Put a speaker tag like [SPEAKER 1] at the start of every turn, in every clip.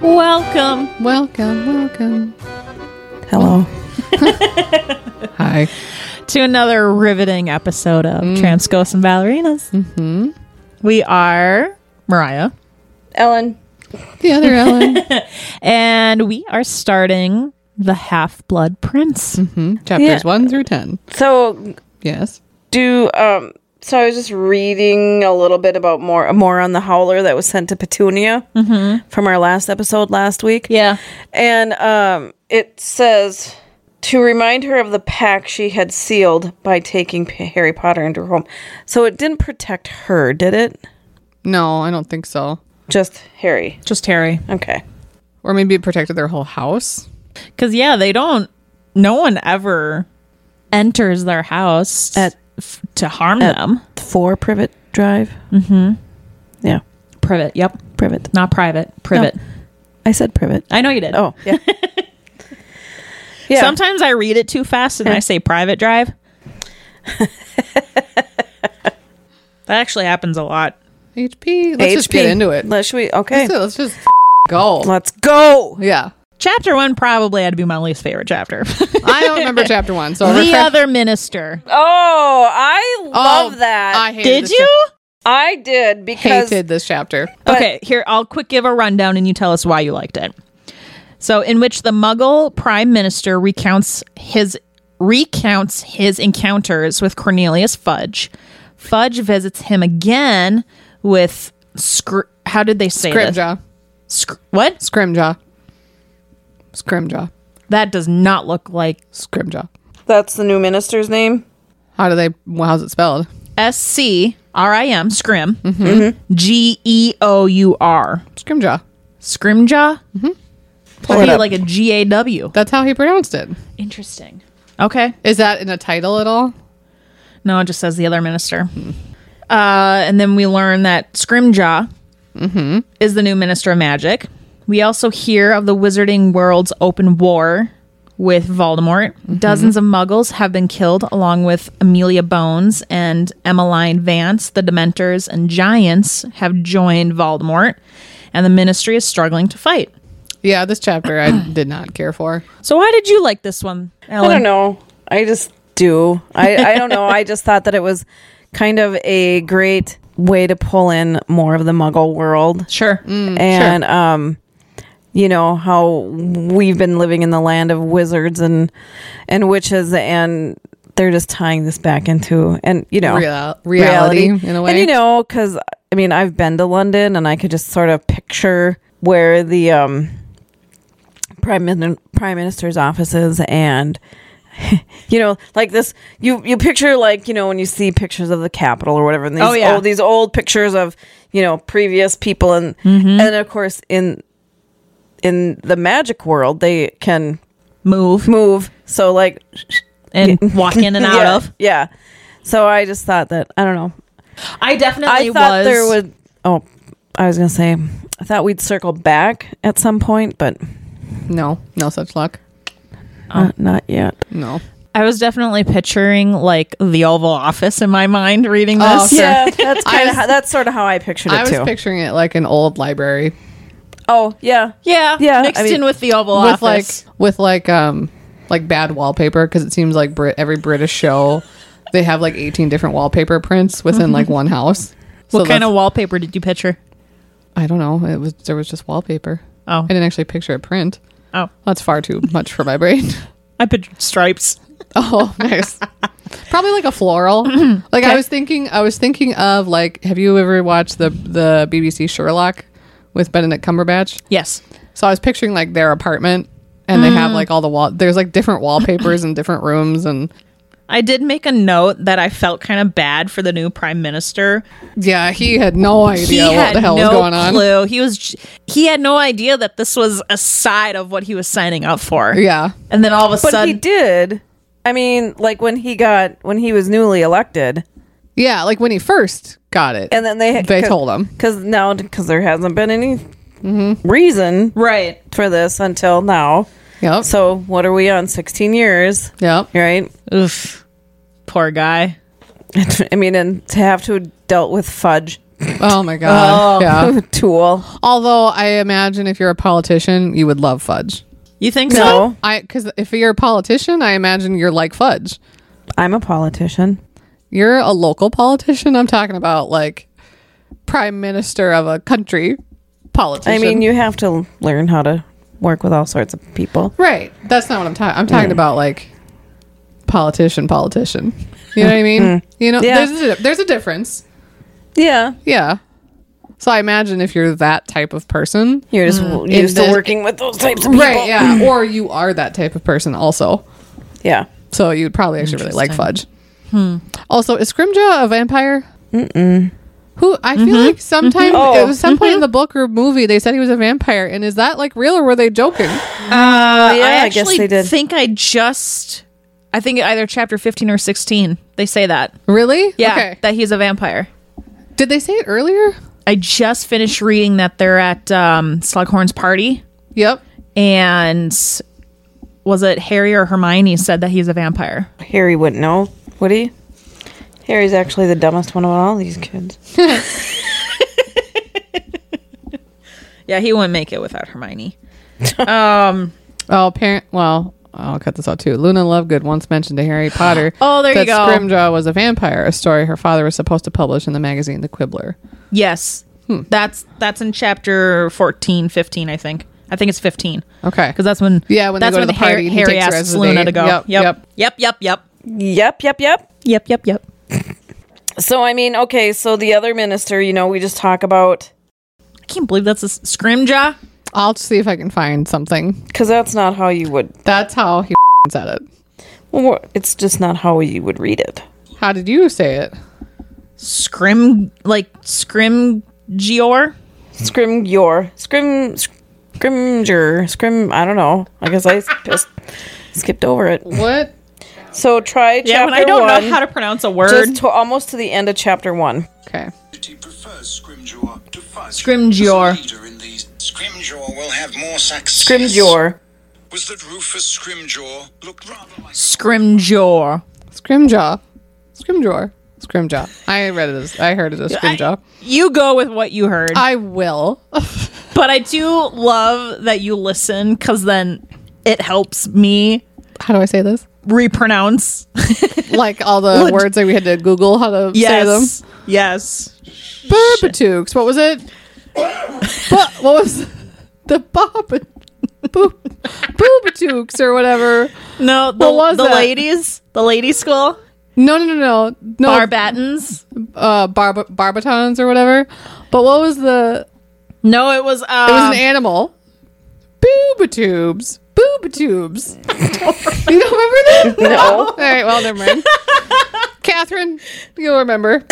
[SPEAKER 1] Welcome.
[SPEAKER 2] Welcome, welcome.
[SPEAKER 3] Hello.
[SPEAKER 2] Hi.
[SPEAKER 1] to another riveting episode of Tramps, Ghosts, and Ballerinas. Mm. Mm-hmm. We are Mariah,
[SPEAKER 3] Ellen.
[SPEAKER 2] The other Ellen.
[SPEAKER 1] and we are starting the Half Blood Prince.
[SPEAKER 2] Hmm, Chapters
[SPEAKER 3] Yeah.
[SPEAKER 2] 1 through 10.
[SPEAKER 3] So
[SPEAKER 2] Yes.
[SPEAKER 3] do um so I was just reading a little bit about more more on the howler that was sent to Petunia from our last episode last week.
[SPEAKER 1] Yeah.
[SPEAKER 3] And um it says to remind her of the pact she had sealed by taking P- Harry Potter into her home. So it didn't protect her, did it?
[SPEAKER 2] No, I don't think so.
[SPEAKER 3] Just Harry.
[SPEAKER 1] Just Harry.
[SPEAKER 3] Okay.
[SPEAKER 2] Or maybe it protected their whole house.
[SPEAKER 1] Because, yeah, they don't, no one ever enters their house
[SPEAKER 3] At-
[SPEAKER 1] f- to harm them.
[SPEAKER 3] Four Privet Drive. Mm-hmm. Yeah.
[SPEAKER 1] Privet. Yep.
[SPEAKER 3] Privet.
[SPEAKER 1] Not private. Privet.
[SPEAKER 3] I said Privet.
[SPEAKER 1] I know you did.
[SPEAKER 3] Oh, yeah. yeah.
[SPEAKER 1] Sometimes I read it too fast and I say private drive. that actually happens a lot.
[SPEAKER 2] HP. Let's just get
[SPEAKER 3] HP.
[SPEAKER 2] into it.
[SPEAKER 3] Let's should we okay.
[SPEAKER 2] Let's, let's just go.
[SPEAKER 3] Let's go.
[SPEAKER 2] Yeah.
[SPEAKER 1] Chapter one probably had to be my least favorite chapter.
[SPEAKER 2] I don't remember chapter 1. So
[SPEAKER 1] the
[SPEAKER 2] refresh-
[SPEAKER 1] other minister.
[SPEAKER 3] Oh, I
[SPEAKER 2] Oh,
[SPEAKER 3] love that.
[SPEAKER 2] I
[SPEAKER 3] I,
[SPEAKER 2] hated
[SPEAKER 1] Did
[SPEAKER 2] this
[SPEAKER 1] you?
[SPEAKER 3] did
[SPEAKER 2] chap-
[SPEAKER 3] because
[SPEAKER 2] hated this chapter.
[SPEAKER 1] okay, here I'll quick give a rundown and you tell us why you liked it. So, in which the Muggle Prime Minister recounts his recounts his encounters with Cornelius Fudge. Fudge visits him again with scr- how did they say this?
[SPEAKER 2] Scrimjaw.
[SPEAKER 1] Sc- what?
[SPEAKER 2] Scrimjaw. Scrimjaw.
[SPEAKER 1] That does not look like
[SPEAKER 2] Scrimjaw.
[SPEAKER 3] that's the new minister's name.
[SPEAKER 2] How do they, well, how's it spelled?
[SPEAKER 1] S C R I M scrim.
[SPEAKER 3] Mm-hmm.
[SPEAKER 1] G E O U R
[SPEAKER 2] Scrimjaw.
[SPEAKER 1] scrimjaw.
[SPEAKER 3] it
[SPEAKER 1] That'd be
[SPEAKER 3] up.
[SPEAKER 1] like a G A W.
[SPEAKER 2] That's how he pronounced it.
[SPEAKER 1] Interesting. Okay.
[SPEAKER 2] Is that in a title at all?
[SPEAKER 1] No, it just says the other minister. Uh, and then we learn that Scrimjaw is the new minister of magic. We also hear of the wizarding world's open war with Voldemort. Dozens of muggles have been killed, along with Amelia Bones and Emmeline Vance. The Dementors and Giants have joined Voldemort, and the ministry is struggling to fight.
[SPEAKER 2] Yeah, this chapter I did not care for.
[SPEAKER 1] So, why did you like this one, Ellen?
[SPEAKER 3] I don't know. I just do. I I don't know. I just thought that it was kind of a great way to pull in more of the Muggle world.
[SPEAKER 1] Sure.
[SPEAKER 2] Mm,
[SPEAKER 3] and um you know how we've been living in the land of wizards and and witches and they're just tying this back into and you know
[SPEAKER 2] Real- reality, in a way.
[SPEAKER 3] and you know because i mean i've been to london and i could just sort of picture where the um prime, Min- prime minister's office is and you know like this you you picture like you know when you see pictures of the capitol or whatever and these
[SPEAKER 1] Oh, yeah.
[SPEAKER 3] old these old pictures of you know previous people and
[SPEAKER 1] Mm-hmm.
[SPEAKER 3] and of course in in the magic world they can
[SPEAKER 1] Move
[SPEAKER 3] move so like
[SPEAKER 1] and walk in and out
[SPEAKER 3] yeah,
[SPEAKER 1] of.
[SPEAKER 3] yeah so i just thought that i don't know
[SPEAKER 1] I definitely
[SPEAKER 3] i thought
[SPEAKER 1] was.
[SPEAKER 3] there would oh i was gonna say i thought we'd circle back at some point but
[SPEAKER 2] No, no such luck. Oh.
[SPEAKER 3] not, not yet
[SPEAKER 2] No.
[SPEAKER 1] I was definitely picturing like the Oval Office in my mind reading
[SPEAKER 2] Oh,
[SPEAKER 1] this.
[SPEAKER 2] sure.
[SPEAKER 3] yeah that's
[SPEAKER 2] I
[SPEAKER 3] kind of
[SPEAKER 2] was-
[SPEAKER 3] how that's sort of how i pictured it
[SPEAKER 2] I was
[SPEAKER 3] too
[SPEAKER 2] picturing it like an old library
[SPEAKER 3] oh yeah
[SPEAKER 1] yeah,
[SPEAKER 3] Yeah,
[SPEAKER 1] Mixed
[SPEAKER 3] I mean,
[SPEAKER 1] in with the Oval
[SPEAKER 2] with
[SPEAKER 1] Office.
[SPEAKER 2] like with like um like bad wallpaper because it seems like Brit- every British show they have like 18 different wallpaper prints within like one house. So
[SPEAKER 1] what kind
[SPEAKER 2] that's-
[SPEAKER 1] of wallpaper did you picture?
[SPEAKER 2] I don't know. It was there was just wallpaper.
[SPEAKER 1] Oh.
[SPEAKER 2] I didn't actually picture a print.
[SPEAKER 1] Oh,
[SPEAKER 2] That's far too much for my brain.
[SPEAKER 1] I pictured stripes.
[SPEAKER 2] Oh, nice. Probably like a floral. like I was thinking, I was thinking of like, have you ever watched the the BBC Sherlock with Benedict Cumberbatch?
[SPEAKER 1] Yes.
[SPEAKER 2] So I was picturing like their apartment, and they
[SPEAKER 1] Mm.
[SPEAKER 2] have like all the wall. There's like different wallpapers in different rooms, and
[SPEAKER 1] I did make a note that I felt kind of bad for the new prime minister.
[SPEAKER 2] yeah, he had no
[SPEAKER 1] He
[SPEAKER 2] idea what
[SPEAKER 1] had
[SPEAKER 2] the hell
[SPEAKER 1] no
[SPEAKER 2] was going on.
[SPEAKER 1] clue. He was j- he had no idea that this was a side of what he was signing up for.
[SPEAKER 2] Yeah,
[SPEAKER 1] And then all of a
[SPEAKER 3] But he
[SPEAKER 1] sudden,
[SPEAKER 3] did. I mean, like when he got when he was newly elected,
[SPEAKER 2] yeah. Like when he first got it,
[SPEAKER 3] and then they
[SPEAKER 2] they told him. Mm-hmm.
[SPEAKER 3] because now because there hasn't been any reason
[SPEAKER 1] right?
[SPEAKER 3] for this until now.
[SPEAKER 2] Yep. So
[SPEAKER 3] So what are we on? Sixteen years,
[SPEAKER 2] yep.
[SPEAKER 3] right?
[SPEAKER 1] Oof, poor guy.
[SPEAKER 3] I mean, and to have to have dealt with fudge.
[SPEAKER 2] Oh my god. Yeah.
[SPEAKER 3] Tool.
[SPEAKER 2] Although I imagine if you're a politician, you would love fudge.
[SPEAKER 1] You think so?
[SPEAKER 3] No,
[SPEAKER 2] I because if you're a politician, I imagine you're like fudge.
[SPEAKER 3] I'm a politician.
[SPEAKER 2] You're a local politician. I'm talking about like prime minister of a country politician.
[SPEAKER 3] I mean, you have to learn how to work with all sorts of people.
[SPEAKER 2] right? That's not what I'm talking. I'm
[SPEAKER 3] Hmm.
[SPEAKER 2] talking about like politician, politician. You know what I mean? You know,
[SPEAKER 3] Hmm. Yeah.
[SPEAKER 2] there's a, there's a difference.
[SPEAKER 3] Yeah,
[SPEAKER 2] Yeah. So I imagine if you're that type of person,
[SPEAKER 3] you're just used
[SPEAKER 2] the-
[SPEAKER 3] to working with those types of people.
[SPEAKER 2] right? Yeah, or you are that type of person also.
[SPEAKER 3] Yeah.
[SPEAKER 2] So you'd probably actually really like fudge. Hmm. Also, is Scrimjaw a vampire? Mm-mm. Who I feel like sometime
[SPEAKER 3] Oh.
[SPEAKER 2] it was some point in the book or movie they said he was a vampire, and is that like real or were they joking?
[SPEAKER 1] Uh,
[SPEAKER 3] yeah,
[SPEAKER 1] I
[SPEAKER 3] I
[SPEAKER 1] actually
[SPEAKER 3] guess they did.
[SPEAKER 1] think I just. I think either chapter 15 or 16, they say that.
[SPEAKER 2] Really?
[SPEAKER 1] Yeah,
[SPEAKER 2] Okay.
[SPEAKER 1] that he's a vampire.
[SPEAKER 2] Did they say it earlier?
[SPEAKER 1] I just finished reading that they're at um, Slughorn's party,
[SPEAKER 2] Yep.
[SPEAKER 1] and was it Harry or Hermione said that he's a vampire?
[SPEAKER 3] Harry wouldn't know, would he? Harry's actually the dumbest one of all these kids.
[SPEAKER 1] Yeah, he wouldn't make it without Hermione. Um,
[SPEAKER 2] Oh, parent. Well, I'll cut this out too. Luna Lovegood once mentioned to Harry Potter.
[SPEAKER 1] Oh, there you
[SPEAKER 2] that
[SPEAKER 1] go.
[SPEAKER 2] Scrimjaw was a vampire, a story her father was supposed to publish in the magazine The Quibbler.
[SPEAKER 1] Yes.
[SPEAKER 2] Hmm.
[SPEAKER 1] That's that's in chapter 14, 15, I think. I think it's 15.
[SPEAKER 2] Okay.
[SPEAKER 1] Because that's when
[SPEAKER 2] Yeah, when they
[SPEAKER 1] that's
[SPEAKER 2] go to the
[SPEAKER 1] Har-
[SPEAKER 2] party and he
[SPEAKER 1] Harry
[SPEAKER 2] takes her
[SPEAKER 1] asks
[SPEAKER 2] as a
[SPEAKER 1] Luna
[SPEAKER 2] date.
[SPEAKER 1] to go.
[SPEAKER 2] Yep,
[SPEAKER 1] Yep. Yep. Yep. Yep.
[SPEAKER 3] Yep, yep, yep.
[SPEAKER 1] Yep. Yep. Yep.
[SPEAKER 3] So I mean, okay, so the other minister, you know, we just talk about
[SPEAKER 1] I can't believe that's a s- scrimjaw.
[SPEAKER 2] I'll see if I can find something.
[SPEAKER 3] because that's not how you would.
[SPEAKER 2] That's how he said it.
[SPEAKER 3] Well, it's just not how you would read it.
[SPEAKER 2] How did you say it?
[SPEAKER 1] Scrim like scrimgeor.
[SPEAKER 3] Scrim your scrim scrimger scrim. I don't know. I guess I s- just skipped over it.
[SPEAKER 2] What?
[SPEAKER 3] So try
[SPEAKER 1] Yeah,
[SPEAKER 3] chapter
[SPEAKER 1] when I don't
[SPEAKER 3] one.
[SPEAKER 1] know how to pronounce a word.
[SPEAKER 3] just to, almost to the end of chapter one.
[SPEAKER 2] Okay.
[SPEAKER 4] He prefers Scrimgeour to Fudge.
[SPEAKER 1] Scrimgeour.
[SPEAKER 4] As a leader in these- Scrimgeour will have more success.
[SPEAKER 3] Scrimgeour.
[SPEAKER 4] Was that Rufus Scrimgeour looked rather like a
[SPEAKER 1] Scrimgeour.
[SPEAKER 2] Scrimjaw. Scrimjaw. Scrimjaw. I read it as I heard it as Scrimjaw.
[SPEAKER 1] You go with what you heard.
[SPEAKER 2] I, will.
[SPEAKER 1] but I do love that you listen because then it helps me
[SPEAKER 2] How do I say this?
[SPEAKER 1] repronounce.
[SPEAKER 2] Like all the
[SPEAKER 1] Look.
[SPEAKER 2] words that we had to Google how to
[SPEAKER 1] Yes. Yes.
[SPEAKER 2] say them. Barbatooks. What was it? but what was the Baba Boob Boobatooks or whatever?
[SPEAKER 1] No, the,
[SPEAKER 2] What was
[SPEAKER 1] the
[SPEAKER 2] that?
[SPEAKER 1] ladies, the lady school,
[SPEAKER 2] No, no, no, no, no.
[SPEAKER 1] Barbatons.
[SPEAKER 2] uh, barba barbatons or whatever. But what was the?
[SPEAKER 1] No, it was. Uh,
[SPEAKER 2] It was an animal. Boobatubes. Boobatubes. you don't remember that? No. All right. Well, never mind. Catherine, you'll remember.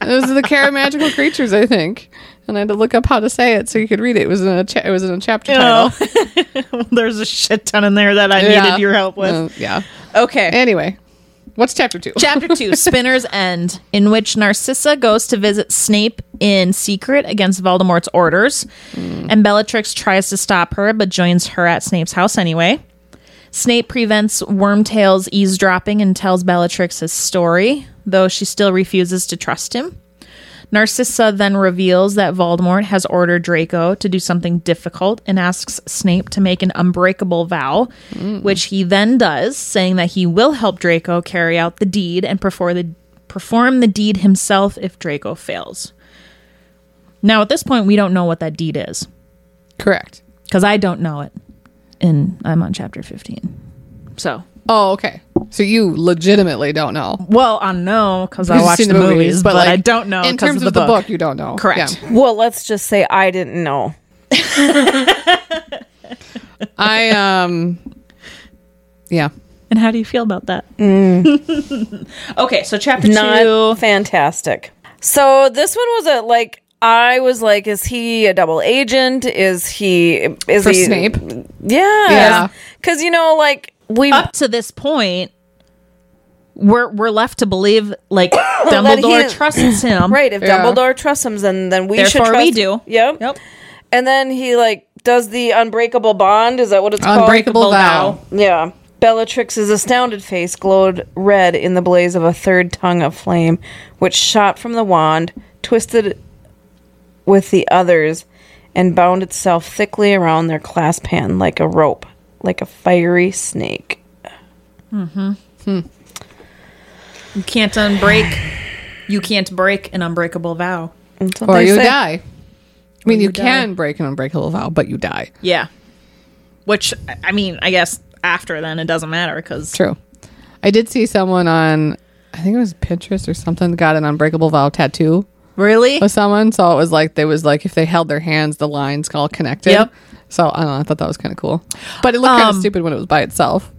[SPEAKER 2] Those are the Caramagical creatures, I think. And I had to look up how to say it so you could read it. It was in a cha- it was in a chapter
[SPEAKER 1] Oh.
[SPEAKER 2] title.
[SPEAKER 1] There's a shit ton in there that I
[SPEAKER 2] Yeah.
[SPEAKER 1] needed your help with.
[SPEAKER 2] Uh, yeah.
[SPEAKER 1] Okay.
[SPEAKER 2] Anyway, what's chapter two?
[SPEAKER 1] Chapter 2 Spinner's End, in which Narcissa goes to visit Snape in secret against Voldemort's orders. And Bellatrix tries to stop her, but joins her at Snape's house anyway. Snape prevents Wormtail's eavesdropping and tells Bellatrix his story, though she still refuses to trust him. Narcissa then reveals that Voldemort has ordered Draco to do something difficult and asks Snape to make an unbreakable vow, which he then does, saying that he will help Draco carry out the deed and perform the perform the deed himself if Draco fails. Now at this point we don't know what that deed is
[SPEAKER 2] Correct.
[SPEAKER 1] cuz I don't know it and I'm on chapter 15. So,
[SPEAKER 2] Oh, okay. So you legitimately don't know.
[SPEAKER 1] well, I know cuz I watched the, movies, but, I
[SPEAKER 2] like,
[SPEAKER 1] don't know
[SPEAKER 2] In
[SPEAKER 1] 'cause
[SPEAKER 2] terms of the, book. you don't know.
[SPEAKER 1] Correct.
[SPEAKER 2] Yeah.
[SPEAKER 3] Well, let's just say I didn't know.
[SPEAKER 2] I um, yeah.
[SPEAKER 1] And how do you feel about that? okay, so chapter two.
[SPEAKER 3] Mm. Not fantastic. So this one was a like I was like, is he a double agent? Is he is
[SPEAKER 2] For
[SPEAKER 3] he
[SPEAKER 2] Snape,
[SPEAKER 3] Yeah,
[SPEAKER 2] Yeah.
[SPEAKER 3] Because you know, like we
[SPEAKER 1] Up to this point, we're we're left to believe like
[SPEAKER 3] That
[SPEAKER 1] Dumbledore
[SPEAKER 3] he-
[SPEAKER 1] trusts him,
[SPEAKER 3] right if
[SPEAKER 2] Yeah.
[SPEAKER 3] Dumbledore trusts him, then then we should
[SPEAKER 1] Therefore,
[SPEAKER 3] trust.
[SPEAKER 1] we do.
[SPEAKER 3] Yep.
[SPEAKER 1] Yep.
[SPEAKER 3] And then he like does the unbreakable bond. Is that what it's
[SPEAKER 2] unbreakable
[SPEAKER 1] Unbreakable
[SPEAKER 2] vow.
[SPEAKER 1] vow.
[SPEAKER 3] called? Yeah. Bellatrix's astounded face glowed red in the blaze of a third tongue of flame, which shot from the wand, twisted with the others, and bound itself thickly around their clasp hand like a rope, like a fiery snake.
[SPEAKER 1] You can't unbreak. You can't break an unbreakable vow.
[SPEAKER 3] That's what
[SPEAKER 2] or
[SPEAKER 3] they
[SPEAKER 2] you
[SPEAKER 3] say.
[SPEAKER 2] die. I mean,
[SPEAKER 1] you
[SPEAKER 2] you,
[SPEAKER 1] die.
[SPEAKER 2] can break an unbreakable vow, but you die.
[SPEAKER 1] Yeah. Which I- I mean, I guess after then it doesn't matter because
[SPEAKER 2] True. I did see someone on, I think it was Pinterest or something, got an unbreakable vow tattoo
[SPEAKER 1] really,
[SPEAKER 2] of someone. So it was like they was like if they held their hands, the lines all connected.
[SPEAKER 1] Yep.
[SPEAKER 2] So I don't know. I thought that was kind of cool, but it looked kind of
[SPEAKER 1] Um,
[SPEAKER 2] stupid when it was by itself.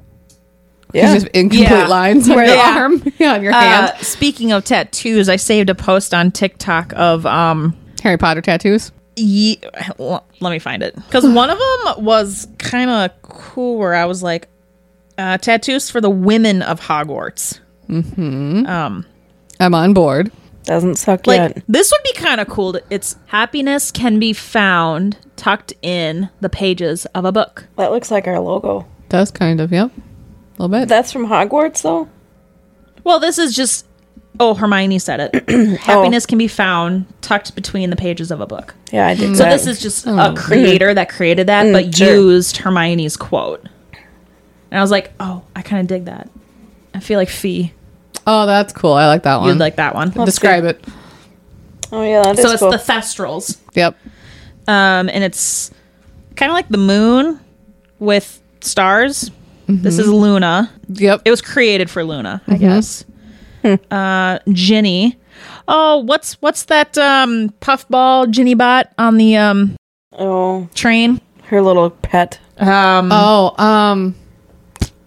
[SPEAKER 3] Yeah.
[SPEAKER 2] It's just incomplete
[SPEAKER 1] Yeah.
[SPEAKER 2] lines on
[SPEAKER 1] Right.
[SPEAKER 2] your
[SPEAKER 1] Yeah.
[SPEAKER 2] arm, yeah, on your
[SPEAKER 1] Uh,
[SPEAKER 2] hand.
[SPEAKER 1] speaking of tattoos, I saved a post on TikTok of um.
[SPEAKER 2] Harry Potter tattoos.
[SPEAKER 1] Ye- l- let me find it because one of them was kind of cool. Where I was like, uh, tattoos for the women of Hogwarts.
[SPEAKER 2] I'm on board.
[SPEAKER 3] Doesn't suck
[SPEAKER 1] Like
[SPEAKER 3] yet.
[SPEAKER 1] this would be kind of cool. to- It's happiness can be found tucked in the pages of a book.
[SPEAKER 3] That looks like our logo.
[SPEAKER 2] Does kind of, yep, a little bit.
[SPEAKER 3] That's from Hogwarts, though.
[SPEAKER 1] Well, this is just. Oh, Hermione said it. Happiness can be found tucked between the pages of a book.
[SPEAKER 3] Yeah, I did.
[SPEAKER 1] So
[SPEAKER 3] that.
[SPEAKER 1] this is just a creator that created that, but
[SPEAKER 3] sure.
[SPEAKER 1] used Hermione's quote. And I was like, oh, I kind of dig that. I feel like Fee
[SPEAKER 2] oh, that's cool. I like that one.
[SPEAKER 1] you'd like that one.
[SPEAKER 2] Describe it.
[SPEAKER 3] Oh yeah, that is
[SPEAKER 1] so it's
[SPEAKER 3] cool.
[SPEAKER 1] the Thestrals,
[SPEAKER 2] Yep.
[SPEAKER 1] um, and it's kind of like the moon with stars.
[SPEAKER 2] Mm-hmm.
[SPEAKER 1] This is Luna.
[SPEAKER 2] Yep.
[SPEAKER 1] It was created for Luna,
[SPEAKER 2] Mm-hmm.
[SPEAKER 1] I guess.
[SPEAKER 2] Hmm.
[SPEAKER 1] uh, Ginny. Oh, what's what's that um, puffball Ginny bot on the um,
[SPEAKER 3] oh,
[SPEAKER 1] train?
[SPEAKER 3] her little pet
[SPEAKER 1] Um,
[SPEAKER 2] oh, um,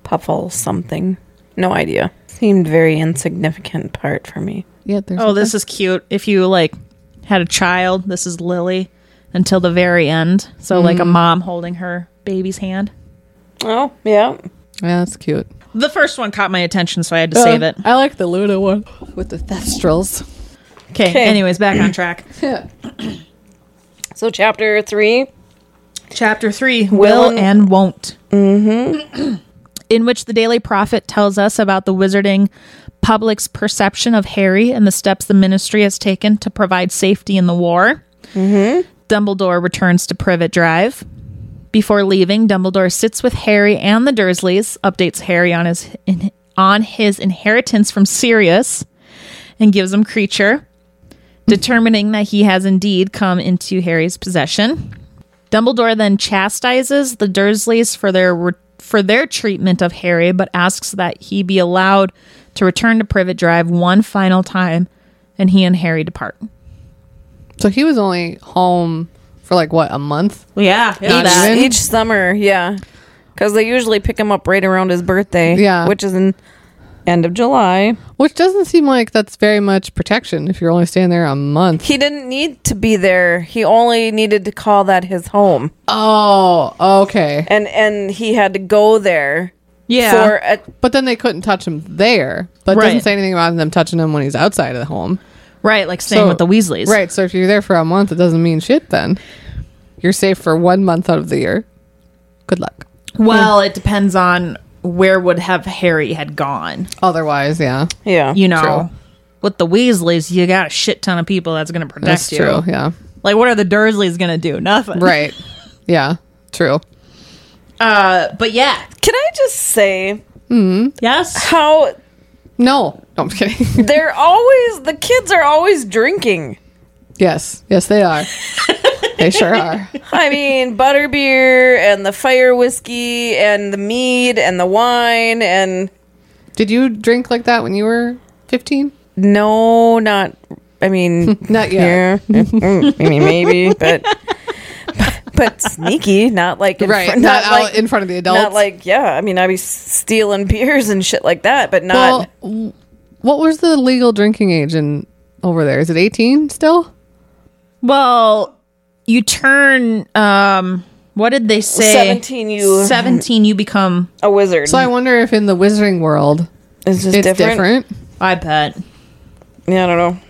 [SPEAKER 3] puffle something. No idea. Seemed very insignificant part for me.
[SPEAKER 2] yeah. There's
[SPEAKER 1] Oh, this is cute. If you like had a child, this is Lily until the very end. So like
[SPEAKER 2] Mm-hmm.
[SPEAKER 1] a mom holding her baby's hand.
[SPEAKER 3] Oh yeah,
[SPEAKER 2] Yeah, that's cute. Uh,
[SPEAKER 1] The first one caught my attention, so I had to save it.
[SPEAKER 2] I like the Luna one with the thestrals.
[SPEAKER 1] Okay. Anyways, back on track.
[SPEAKER 3] So chapter three.
[SPEAKER 1] Chapter three: Will
[SPEAKER 3] and-
[SPEAKER 1] and Won't. Mm-hmm. In which the Daily Prophet tells us about the wizarding public's perception of Harry and the steps the Ministry has taken to provide safety in the war. Mm-hmm. Dumbledore returns to Privet Drive. Before leaving, Dumbledore sits with Harry and the Dursleys, updates Harry on his in, on his inheritance from Sirius, and gives him creature, determining that he has indeed come into Harry's possession. Dumbledore then chastises the Dursleys for their re- for their treatment of Harry, but asks that he be allowed to return to Privet Drive one final time, and he and Harry depart.
[SPEAKER 2] So he was only home for like what a month.
[SPEAKER 1] Yeah,
[SPEAKER 2] Not that. even?
[SPEAKER 3] Each summer, yeah, because they usually pick him up right around his birthday.
[SPEAKER 2] Yeah.
[SPEAKER 3] which is in end of July.
[SPEAKER 2] Which doesn't seem like that's very much protection if you're only staying there a month.
[SPEAKER 3] He didn't need to be there. He only needed to call that his home,
[SPEAKER 2] Oh, okay.
[SPEAKER 3] and and he had to go there.
[SPEAKER 1] Yeah.
[SPEAKER 3] for a,
[SPEAKER 2] But then they couldn't touch him there. But it doesn't
[SPEAKER 1] Right.
[SPEAKER 2] say anything about them touching him when he's outside of the home.
[SPEAKER 1] right, like staying
[SPEAKER 2] So-
[SPEAKER 1] with the Weasleys.
[SPEAKER 2] Right. So if you're there for a month, it doesn't mean shit then. You're safe for one month out of the year. Good luck.
[SPEAKER 1] Well, it depends on where would have Harry had gone.
[SPEAKER 2] Otherwise, yeah.
[SPEAKER 3] yeah.
[SPEAKER 1] You know, with the Weasleys, you got a shit ton of people that's going to protect
[SPEAKER 2] That's
[SPEAKER 1] you.
[SPEAKER 2] true. Yeah.
[SPEAKER 1] Like, what are the Dursleys going to do? Nothing.
[SPEAKER 2] Right. yeah. True.
[SPEAKER 1] Uh, but yeah.
[SPEAKER 3] Can I just say
[SPEAKER 1] Yes.
[SPEAKER 3] how
[SPEAKER 2] No. No, I'm kidding.
[SPEAKER 3] they're always the kids are always drinking.
[SPEAKER 2] yes. Yes, they are. they sure are.
[SPEAKER 3] I mean, butterbeer and the fire whiskey and the mead and the wine and
[SPEAKER 2] Did you drink like that when you were 15?
[SPEAKER 3] no, not. I mean,
[SPEAKER 2] Not
[SPEAKER 3] yeah.
[SPEAKER 2] yet.
[SPEAKER 3] I mean, maybe, but but sneaky, not like in
[SPEAKER 2] Right.
[SPEAKER 3] fr-
[SPEAKER 2] not out in front of the adults.
[SPEAKER 3] Not like yeah. I mean, I'd be stealing beers and shit like that, but
[SPEAKER 2] well,
[SPEAKER 3] not.
[SPEAKER 2] w- what was the legal drinking age in over there? Is it 18 still?
[SPEAKER 1] Well, you turn. Um, what did they say?
[SPEAKER 3] 17 you-
[SPEAKER 1] 17, you become.
[SPEAKER 3] a wizard.
[SPEAKER 2] So I wonder if in the wizarding world
[SPEAKER 3] it's just
[SPEAKER 2] it's different.
[SPEAKER 3] different.
[SPEAKER 1] I bet.
[SPEAKER 3] Yeah, I don't know.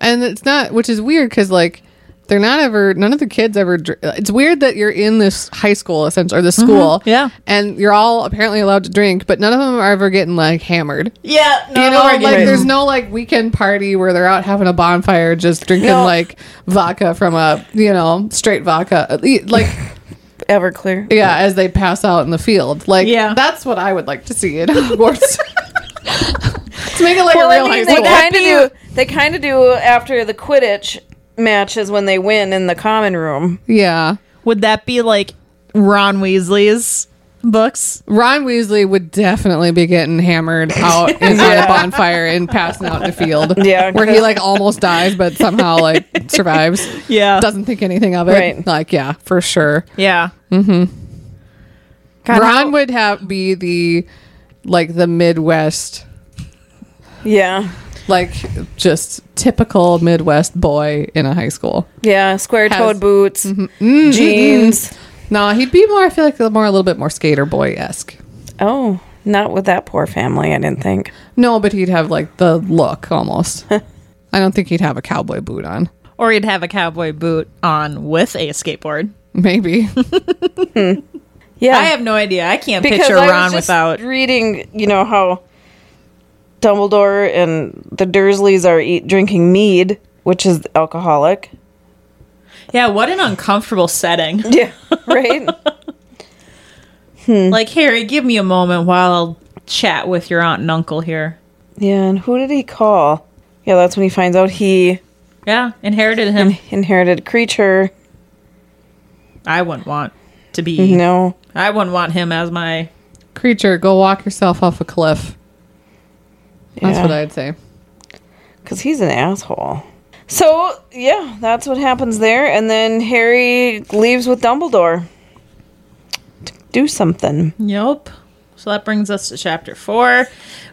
[SPEAKER 2] And it's not, which is weird because like They're not ever. None of the kids ever. dr- It's weird that you're in this high school essentially or this
[SPEAKER 3] Mm-hmm.
[SPEAKER 2] school.
[SPEAKER 1] yeah.
[SPEAKER 2] and you're all apparently allowed to drink, but none of them are ever getting like hammered.
[SPEAKER 1] Yeah, no,
[SPEAKER 2] you know, like
[SPEAKER 1] like
[SPEAKER 2] there's no like weekend party where they're out having a bonfire, just drinking
[SPEAKER 3] No.
[SPEAKER 2] like vodka from a you know straight vodka, At lea- like
[SPEAKER 3] Everclear.
[SPEAKER 2] yeah, as they pass out in the field. Like
[SPEAKER 1] Yeah.
[SPEAKER 2] that's what I would like to see in Hogwarts. to make it like
[SPEAKER 3] Well,
[SPEAKER 2] a real
[SPEAKER 3] I mean,
[SPEAKER 2] high
[SPEAKER 3] they
[SPEAKER 2] school.
[SPEAKER 3] kind of do. They kind of do after the Quidditch matches when they win in the common room.
[SPEAKER 2] yeah,
[SPEAKER 1] would that be like Ron Weasley's books?
[SPEAKER 2] Ron Weasley would definitely be getting hammered out in a bonfire and passing out in the field.
[SPEAKER 3] Yeah,
[SPEAKER 2] where he like almost dies, but somehow like survives.
[SPEAKER 1] Yeah.
[SPEAKER 2] doesn't think anything of it.
[SPEAKER 3] Right.
[SPEAKER 2] Like yeah, for sure.
[SPEAKER 1] Yeah. Mm-hmm.
[SPEAKER 2] Ron would have be the like the Midwest,
[SPEAKER 3] Yeah,
[SPEAKER 2] like just typical Midwest boy in a high school.
[SPEAKER 3] yeah. Square-toed
[SPEAKER 2] Has- Mm-hmm.
[SPEAKER 3] boots, jeans.
[SPEAKER 2] No, Mm-hmm. he'd be more. I feel like more a little bit more skater boy esque.
[SPEAKER 3] Oh, not with that poor family. I didn't think.
[SPEAKER 2] No, but he'd have like the look almost. I don't think he'd have a cowboy boot on.
[SPEAKER 1] or he'd have a cowboy boot on with a skateboard.
[SPEAKER 2] Maybe
[SPEAKER 3] Yeah,
[SPEAKER 1] I have no idea. I can't
[SPEAKER 3] because
[SPEAKER 1] picture
[SPEAKER 3] I was
[SPEAKER 1] Ron
[SPEAKER 3] just
[SPEAKER 1] without.
[SPEAKER 3] reading. You know how Dumbledore and the Dursleys are eat drinking mead, which is alcoholic.
[SPEAKER 1] Yeah, what an uncomfortable setting.
[SPEAKER 3] Yeah, right.
[SPEAKER 1] like Harry, give me a moment while I'll chat with your aunt and uncle here.
[SPEAKER 3] yeah, and who did he call? Yeah, that's when he finds out he
[SPEAKER 1] Yeah, inherited him.
[SPEAKER 3] inherited a creature.
[SPEAKER 1] I wouldn't want to be.
[SPEAKER 3] No.
[SPEAKER 1] I wouldn't want him as my.
[SPEAKER 2] creature, go walk yourself off a cliff. That's what I'd say.
[SPEAKER 3] Because he's an asshole. So, yeah, that's what happens there. And then Harry leaves with Dumbledore to do something.
[SPEAKER 1] Yep. So that brings us to chapter four,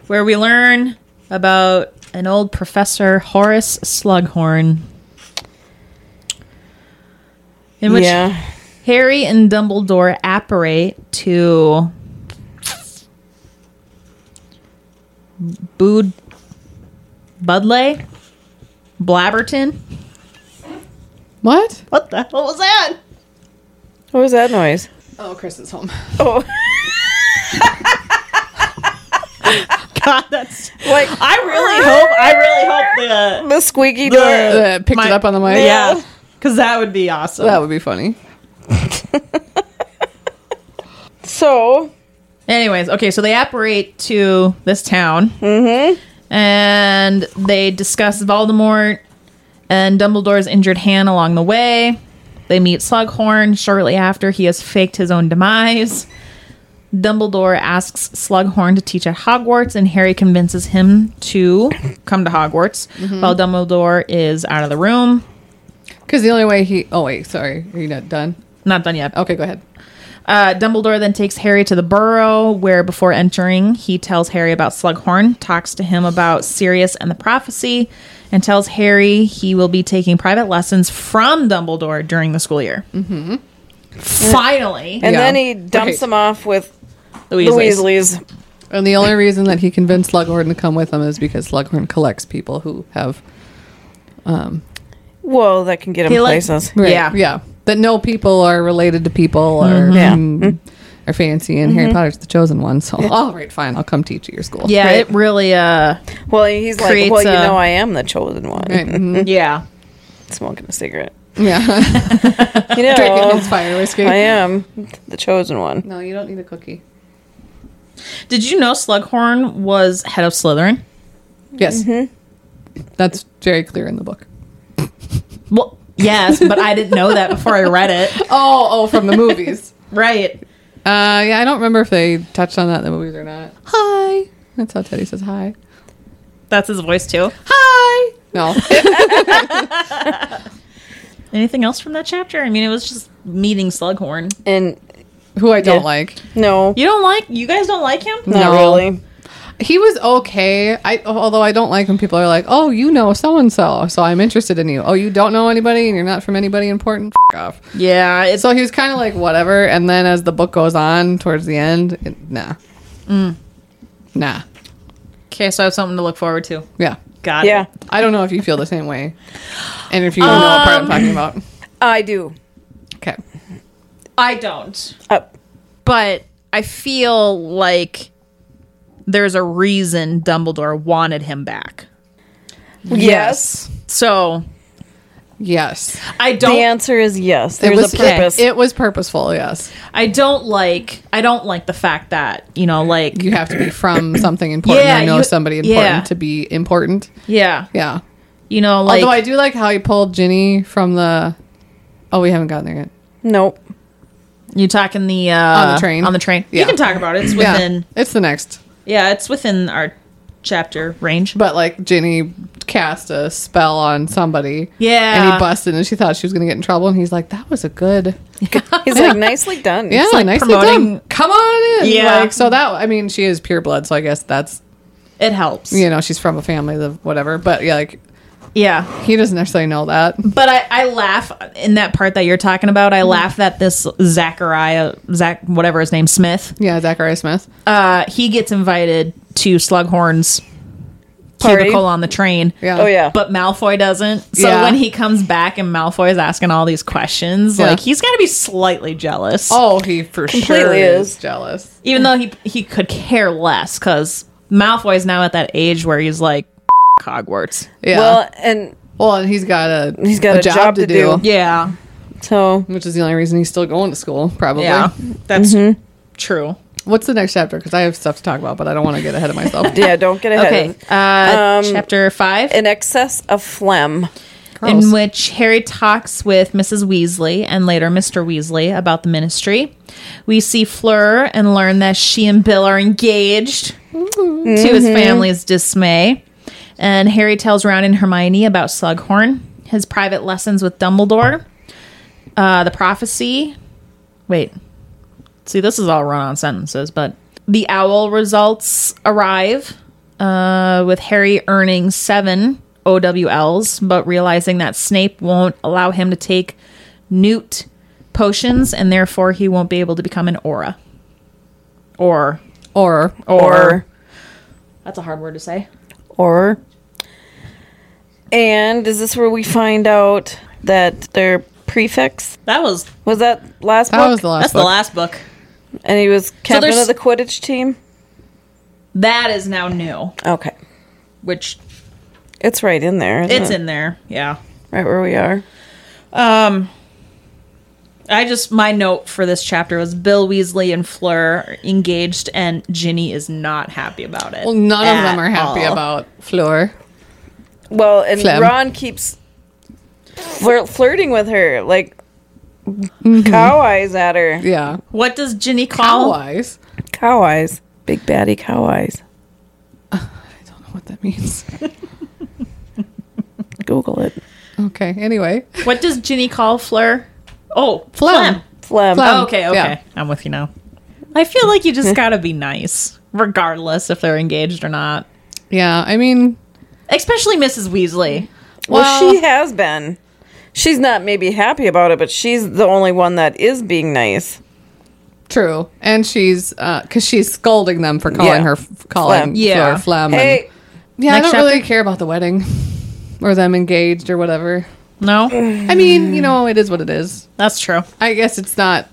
[SPEAKER 1] where we learn about an old professor, Horace Slughorn. In which
[SPEAKER 3] yeah.
[SPEAKER 1] Harry and Dumbledore apparate to Bood Budley Blabberton.
[SPEAKER 2] What?
[SPEAKER 1] What the hell was that?
[SPEAKER 3] What was that noise?
[SPEAKER 2] Oh, Chris is home.
[SPEAKER 3] Oh,
[SPEAKER 1] God, that's.
[SPEAKER 3] like
[SPEAKER 1] I really hope. I really hope
[SPEAKER 3] the squeaky
[SPEAKER 1] the
[SPEAKER 3] door.
[SPEAKER 2] Uh, picked it up on the mic.
[SPEAKER 1] Yeah, because that would be awesome.
[SPEAKER 2] That would be funny.
[SPEAKER 3] So,
[SPEAKER 1] Anyways, okay, so they apparate to this town. Mm-hmm. And they discuss Voldemort and Dumbledore's injured hand along the way. They meet Slughorn shortly after he has faked his own demise. Dumbledore asks Slughorn to teach at Hogwarts, and Harry convinces him to come to Hogwarts while Dumbledore is out of the room.
[SPEAKER 2] Because the only way he. Oh wait, sorry. Are you not done?
[SPEAKER 1] Not done yet.
[SPEAKER 2] Okay, go ahead.
[SPEAKER 1] Uh, Dumbledore then takes Harry to the burrow, where before entering, he tells Harry about Slughorn, talks to him about Sirius and the prophecy, and tells Harry he will be taking private lessons from Dumbledore during the school year. Mm-hmm. Finally,
[SPEAKER 3] and
[SPEAKER 2] Yeah.
[SPEAKER 3] then he dumps
[SPEAKER 2] Okay.
[SPEAKER 3] them off with
[SPEAKER 1] the
[SPEAKER 3] the
[SPEAKER 1] Weasleys.
[SPEAKER 3] Weasleys.
[SPEAKER 2] And the only reason that he convinced Slughorn to come with him is because Slughorn collects people who have,
[SPEAKER 3] Whoa, that can get him
[SPEAKER 1] He like-
[SPEAKER 3] places.
[SPEAKER 1] Yeah.
[SPEAKER 2] yeah, that know people are related to people or
[SPEAKER 3] Yeah.
[SPEAKER 2] mm, are fancy, and Harry Potter's the chosen one. So, all right, fine, I'll come teach at your school.
[SPEAKER 1] Yeah, it really. Uh,
[SPEAKER 3] Well, he's like,
[SPEAKER 1] Creates
[SPEAKER 3] well, you
[SPEAKER 1] a-
[SPEAKER 3] know, I am the chosen one.
[SPEAKER 2] Right, mhm,
[SPEAKER 1] yeah,
[SPEAKER 3] Smoking a cigarette.
[SPEAKER 2] yeah,
[SPEAKER 3] You know,
[SPEAKER 2] drinking his fire whiskey.
[SPEAKER 3] I am the chosen one.
[SPEAKER 2] No, you don't need a cookie.
[SPEAKER 1] did you know Slughorn was head of Slytherin?
[SPEAKER 2] Yes, that's very clear in the book.
[SPEAKER 1] Well, yes, but I didn't know that before I read it.
[SPEAKER 2] Oh, oh, from the movies.
[SPEAKER 1] Right.
[SPEAKER 2] Uh, yeah, I don't remember if they touched on that in the movies or not. Hi, that's how Teddy says hi.
[SPEAKER 1] That's his voice too.
[SPEAKER 2] Hi. No.
[SPEAKER 1] Anything else from that chapter? I mean, it was just meeting Slughorn.
[SPEAKER 3] And
[SPEAKER 2] who I don't
[SPEAKER 1] Yeah.
[SPEAKER 2] like.
[SPEAKER 3] no,
[SPEAKER 1] You don't like you guys don't like him?
[SPEAKER 3] not
[SPEAKER 2] No.
[SPEAKER 3] really.
[SPEAKER 2] He was okay. I although I don't like when people are like, "Oh, you know so and so, so I'm interested in you." Oh, you don't know anybody and you're not from anybody important. F- off.
[SPEAKER 1] Yeah, it's
[SPEAKER 2] So he was kind of like whatever, and then as the book goes on towards the end, it, nah, nah,
[SPEAKER 1] okay. So I have something to look forward to.
[SPEAKER 2] yeah.
[SPEAKER 1] Got
[SPEAKER 3] Yeah,
[SPEAKER 1] it.
[SPEAKER 2] I don't know if you feel the same way, and if you don't know what part I'm talking about.
[SPEAKER 3] I do.
[SPEAKER 2] Okay,
[SPEAKER 1] I don't.
[SPEAKER 3] Uh,
[SPEAKER 1] But I feel like there's a reason Dumbledore wanted him back.
[SPEAKER 3] yes.
[SPEAKER 1] So
[SPEAKER 2] yes,
[SPEAKER 1] I
[SPEAKER 3] The
[SPEAKER 1] don't
[SPEAKER 3] answer is yes.
[SPEAKER 2] it
[SPEAKER 3] There's
[SPEAKER 2] was
[SPEAKER 3] a purpose.
[SPEAKER 2] It, it was purposeful. Yes,
[SPEAKER 1] I don't like I don't like the fact that, you know, like
[SPEAKER 2] you have to be from something important
[SPEAKER 1] Yeah,
[SPEAKER 2] or know
[SPEAKER 1] you-
[SPEAKER 2] somebody
[SPEAKER 1] yeah.
[SPEAKER 2] important to be important.
[SPEAKER 1] yeah.
[SPEAKER 2] Yeah.
[SPEAKER 1] You know, like
[SPEAKER 2] Although I do like how he pulled Ginny from the. Oh, we haven't gotten there yet.
[SPEAKER 3] nope.
[SPEAKER 1] you talking the uh
[SPEAKER 2] the train.
[SPEAKER 1] On the train.
[SPEAKER 2] Yeah.
[SPEAKER 1] You can talk about it. It's
[SPEAKER 2] Yeah,
[SPEAKER 1] within
[SPEAKER 2] it's the next.
[SPEAKER 1] yeah. it's within our chapter range.
[SPEAKER 2] But like Ginny cast a spell on somebody.
[SPEAKER 1] Yeah.
[SPEAKER 2] And he busted and she thought she was gonna get in trouble and he's like, That was a good
[SPEAKER 3] He's like nicely done.
[SPEAKER 2] Yeah,
[SPEAKER 1] like
[SPEAKER 2] nicely
[SPEAKER 1] promoting-
[SPEAKER 2] done. Come on in.
[SPEAKER 1] Yeah.
[SPEAKER 2] Like so that I mean, she is pure blood, so I guess that's
[SPEAKER 1] It helps.
[SPEAKER 2] you know, she's from a family of whatever. But yeah, like
[SPEAKER 1] yeah.
[SPEAKER 2] he doesn't necessarily know that.
[SPEAKER 1] But I, I laugh in that part that you're talking about. I laugh that this Zachariah, Zach, whatever his name, Smith,
[SPEAKER 2] Yeah, Zachariah Smith.
[SPEAKER 1] uh, he gets invited to Slughorn's
[SPEAKER 3] Party.
[SPEAKER 1] cubicle on the train.
[SPEAKER 2] Yeah.
[SPEAKER 3] Oh yeah.
[SPEAKER 1] But Malfoy doesn't. So
[SPEAKER 2] Yeah.
[SPEAKER 1] when he comes back and Malfoy is asking all these questions,
[SPEAKER 2] Yeah.
[SPEAKER 1] like he's got to be slightly jealous,
[SPEAKER 2] Oh, he for sure
[SPEAKER 3] Completely
[SPEAKER 2] is
[SPEAKER 3] is.
[SPEAKER 2] jealous.
[SPEAKER 1] even though he he could care less because Malfoy is now at that age where he's like "F- Hogwarts.
[SPEAKER 2] Yeah. Well,
[SPEAKER 3] Well, and
[SPEAKER 2] and he's got a
[SPEAKER 3] He's got a job to do.
[SPEAKER 1] Yeah,
[SPEAKER 3] so
[SPEAKER 2] which is the only reason he's still going to school, probably.
[SPEAKER 1] yeah, Mm-hmm. that's true.
[SPEAKER 2] What's the next chapter? Because I have stuff to talk about, but I don't want to get ahead of myself.
[SPEAKER 3] yeah, don't get ahead.
[SPEAKER 1] Okay,
[SPEAKER 3] Of
[SPEAKER 1] uh, chapter five.
[SPEAKER 3] an excess of phlegm.
[SPEAKER 2] Gross.
[SPEAKER 1] in which Harry talks with Mrs. Weasley and later Mr. Weasley about the ministry. We see Fleur and learn that she and Bill are engaged to his family's dismay. And Harry tells Ron and Hermione about Slughorn, his private lessons with Dumbledore, uh, the prophecy. Wait, see, this is all run on sentences, but the owl results arrive uh, with Harry earning seven OWLs, but realizing that Snape won't allow him to take Newt potions, and therefore he won't be able to become an aura. Or,
[SPEAKER 2] or
[SPEAKER 3] Or
[SPEAKER 1] that's a hard word to say.
[SPEAKER 3] or and is this where we find out that their prefix
[SPEAKER 1] That was
[SPEAKER 3] was that last
[SPEAKER 2] that
[SPEAKER 3] book
[SPEAKER 2] was the last.
[SPEAKER 1] that's
[SPEAKER 2] book.
[SPEAKER 1] the last book.
[SPEAKER 3] and he was captain
[SPEAKER 1] there's-
[SPEAKER 3] of the quidditch team
[SPEAKER 1] That is now new,
[SPEAKER 3] okay
[SPEAKER 1] which
[SPEAKER 3] it's right in there isn't
[SPEAKER 1] it's
[SPEAKER 3] it?
[SPEAKER 1] in there. Yeah.
[SPEAKER 3] right where we are
[SPEAKER 1] I just my note for this chapter was Bill Weasley and Fleur are engaged, and Ginny is not happy about it.
[SPEAKER 2] Well, none of them
[SPEAKER 1] at
[SPEAKER 2] are happy
[SPEAKER 1] all.
[SPEAKER 2] about Fleur.
[SPEAKER 3] well and
[SPEAKER 2] Phlegm.
[SPEAKER 3] ron keeps flir- flirting with her like
[SPEAKER 2] Mm-hmm.
[SPEAKER 3] cow eyes at her
[SPEAKER 2] Yeah,
[SPEAKER 1] What does Ginny
[SPEAKER 3] Oh.
[SPEAKER 1] call?
[SPEAKER 2] wise.
[SPEAKER 3] cow eyes big baddie cow eyes
[SPEAKER 2] I don't know what that means.
[SPEAKER 3] google it
[SPEAKER 2] Okay. Anyway,
[SPEAKER 1] What does Ginny call Fleur? Oh,
[SPEAKER 2] Phlegm.
[SPEAKER 1] phlegm.
[SPEAKER 3] phlegm
[SPEAKER 2] Phlegm.
[SPEAKER 1] Oh, okay, okay.
[SPEAKER 2] Yeah.
[SPEAKER 1] I'm with you now. I feel like you just gotta be nice, regardless if they're engaged or not.
[SPEAKER 2] yeah. I mean,
[SPEAKER 1] Especially Mrs. Weasley.
[SPEAKER 3] well,
[SPEAKER 2] Well-
[SPEAKER 3] she has been she's not maybe happy about it but she's the only one that is being nice
[SPEAKER 2] true. And she's because she's scolding them for calling
[SPEAKER 3] Yeah.
[SPEAKER 2] her f- calling
[SPEAKER 3] Phlegm.
[SPEAKER 1] Yeah.
[SPEAKER 2] Fleur phlegm. and-
[SPEAKER 3] hey
[SPEAKER 2] yeah, I
[SPEAKER 1] Next
[SPEAKER 2] don't really
[SPEAKER 1] chapter?
[SPEAKER 2] care about the wedding or them engaged or whatever.
[SPEAKER 1] No,
[SPEAKER 2] I mean,
[SPEAKER 1] Mm.
[SPEAKER 2] you know, it is what it is.
[SPEAKER 1] that's true.
[SPEAKER 2] I guess it's not.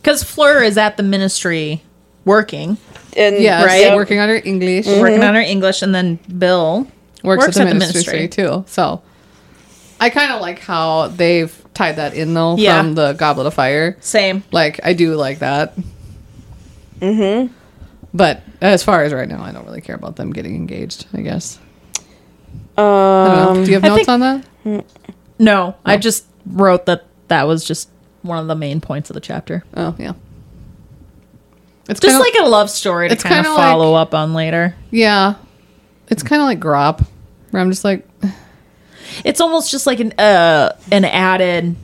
[SPEAKER 1] Because Fleur is at the ministry working,
[SPEAKER 3] and
[SPEAKER 2] Yeah,
[SPEAKER 1] Right. Mm.
[SPEAKER 2] right. working on her English.
[SPEAKER 1] working on her English, and then Bill
[SPEAKER 2] works, at the ministry, too. So I kind of like how they've tied that in though
[SPEAKER 1] Yeah.
[SPEAKER 2] from the Goblet of Fire.
[SPEAKER 1] Same.
[SPEAKER 2] Like I do like that. Mm-hmm.
[SPEAKER 1] Mm-hmm.
[SPEAKER 2] But as far as right now, I don't really care about them getting engaged. I guess. I
[SPEAKER 3] Uh,
[SPEAKER 2] don't know. do you have
[SPEAKER 1] I
[SPEAKER 2] notes
[SPEAKER 1] think-
[SPEAKER 2] on that?
[SPEAKER 1] No, I just wrote that that was just one of the main points of the chapter.
[SPEAKER 2] Oh yeah. It's
[SPEAKER 1] Just
[SPEAKER 2] kinda,
[SPEAKER 1] like a love story to
[SPEAKER 2] it's
[SPEAKER 1] kind of
[SPEAKER 2] kinda
[SPEAKER 1] follow up on later.
[SPEAKER 2] yeah, it's kind of like Grop, where I'm just like,
[SPEAKER 1] It's almost just like an uh an added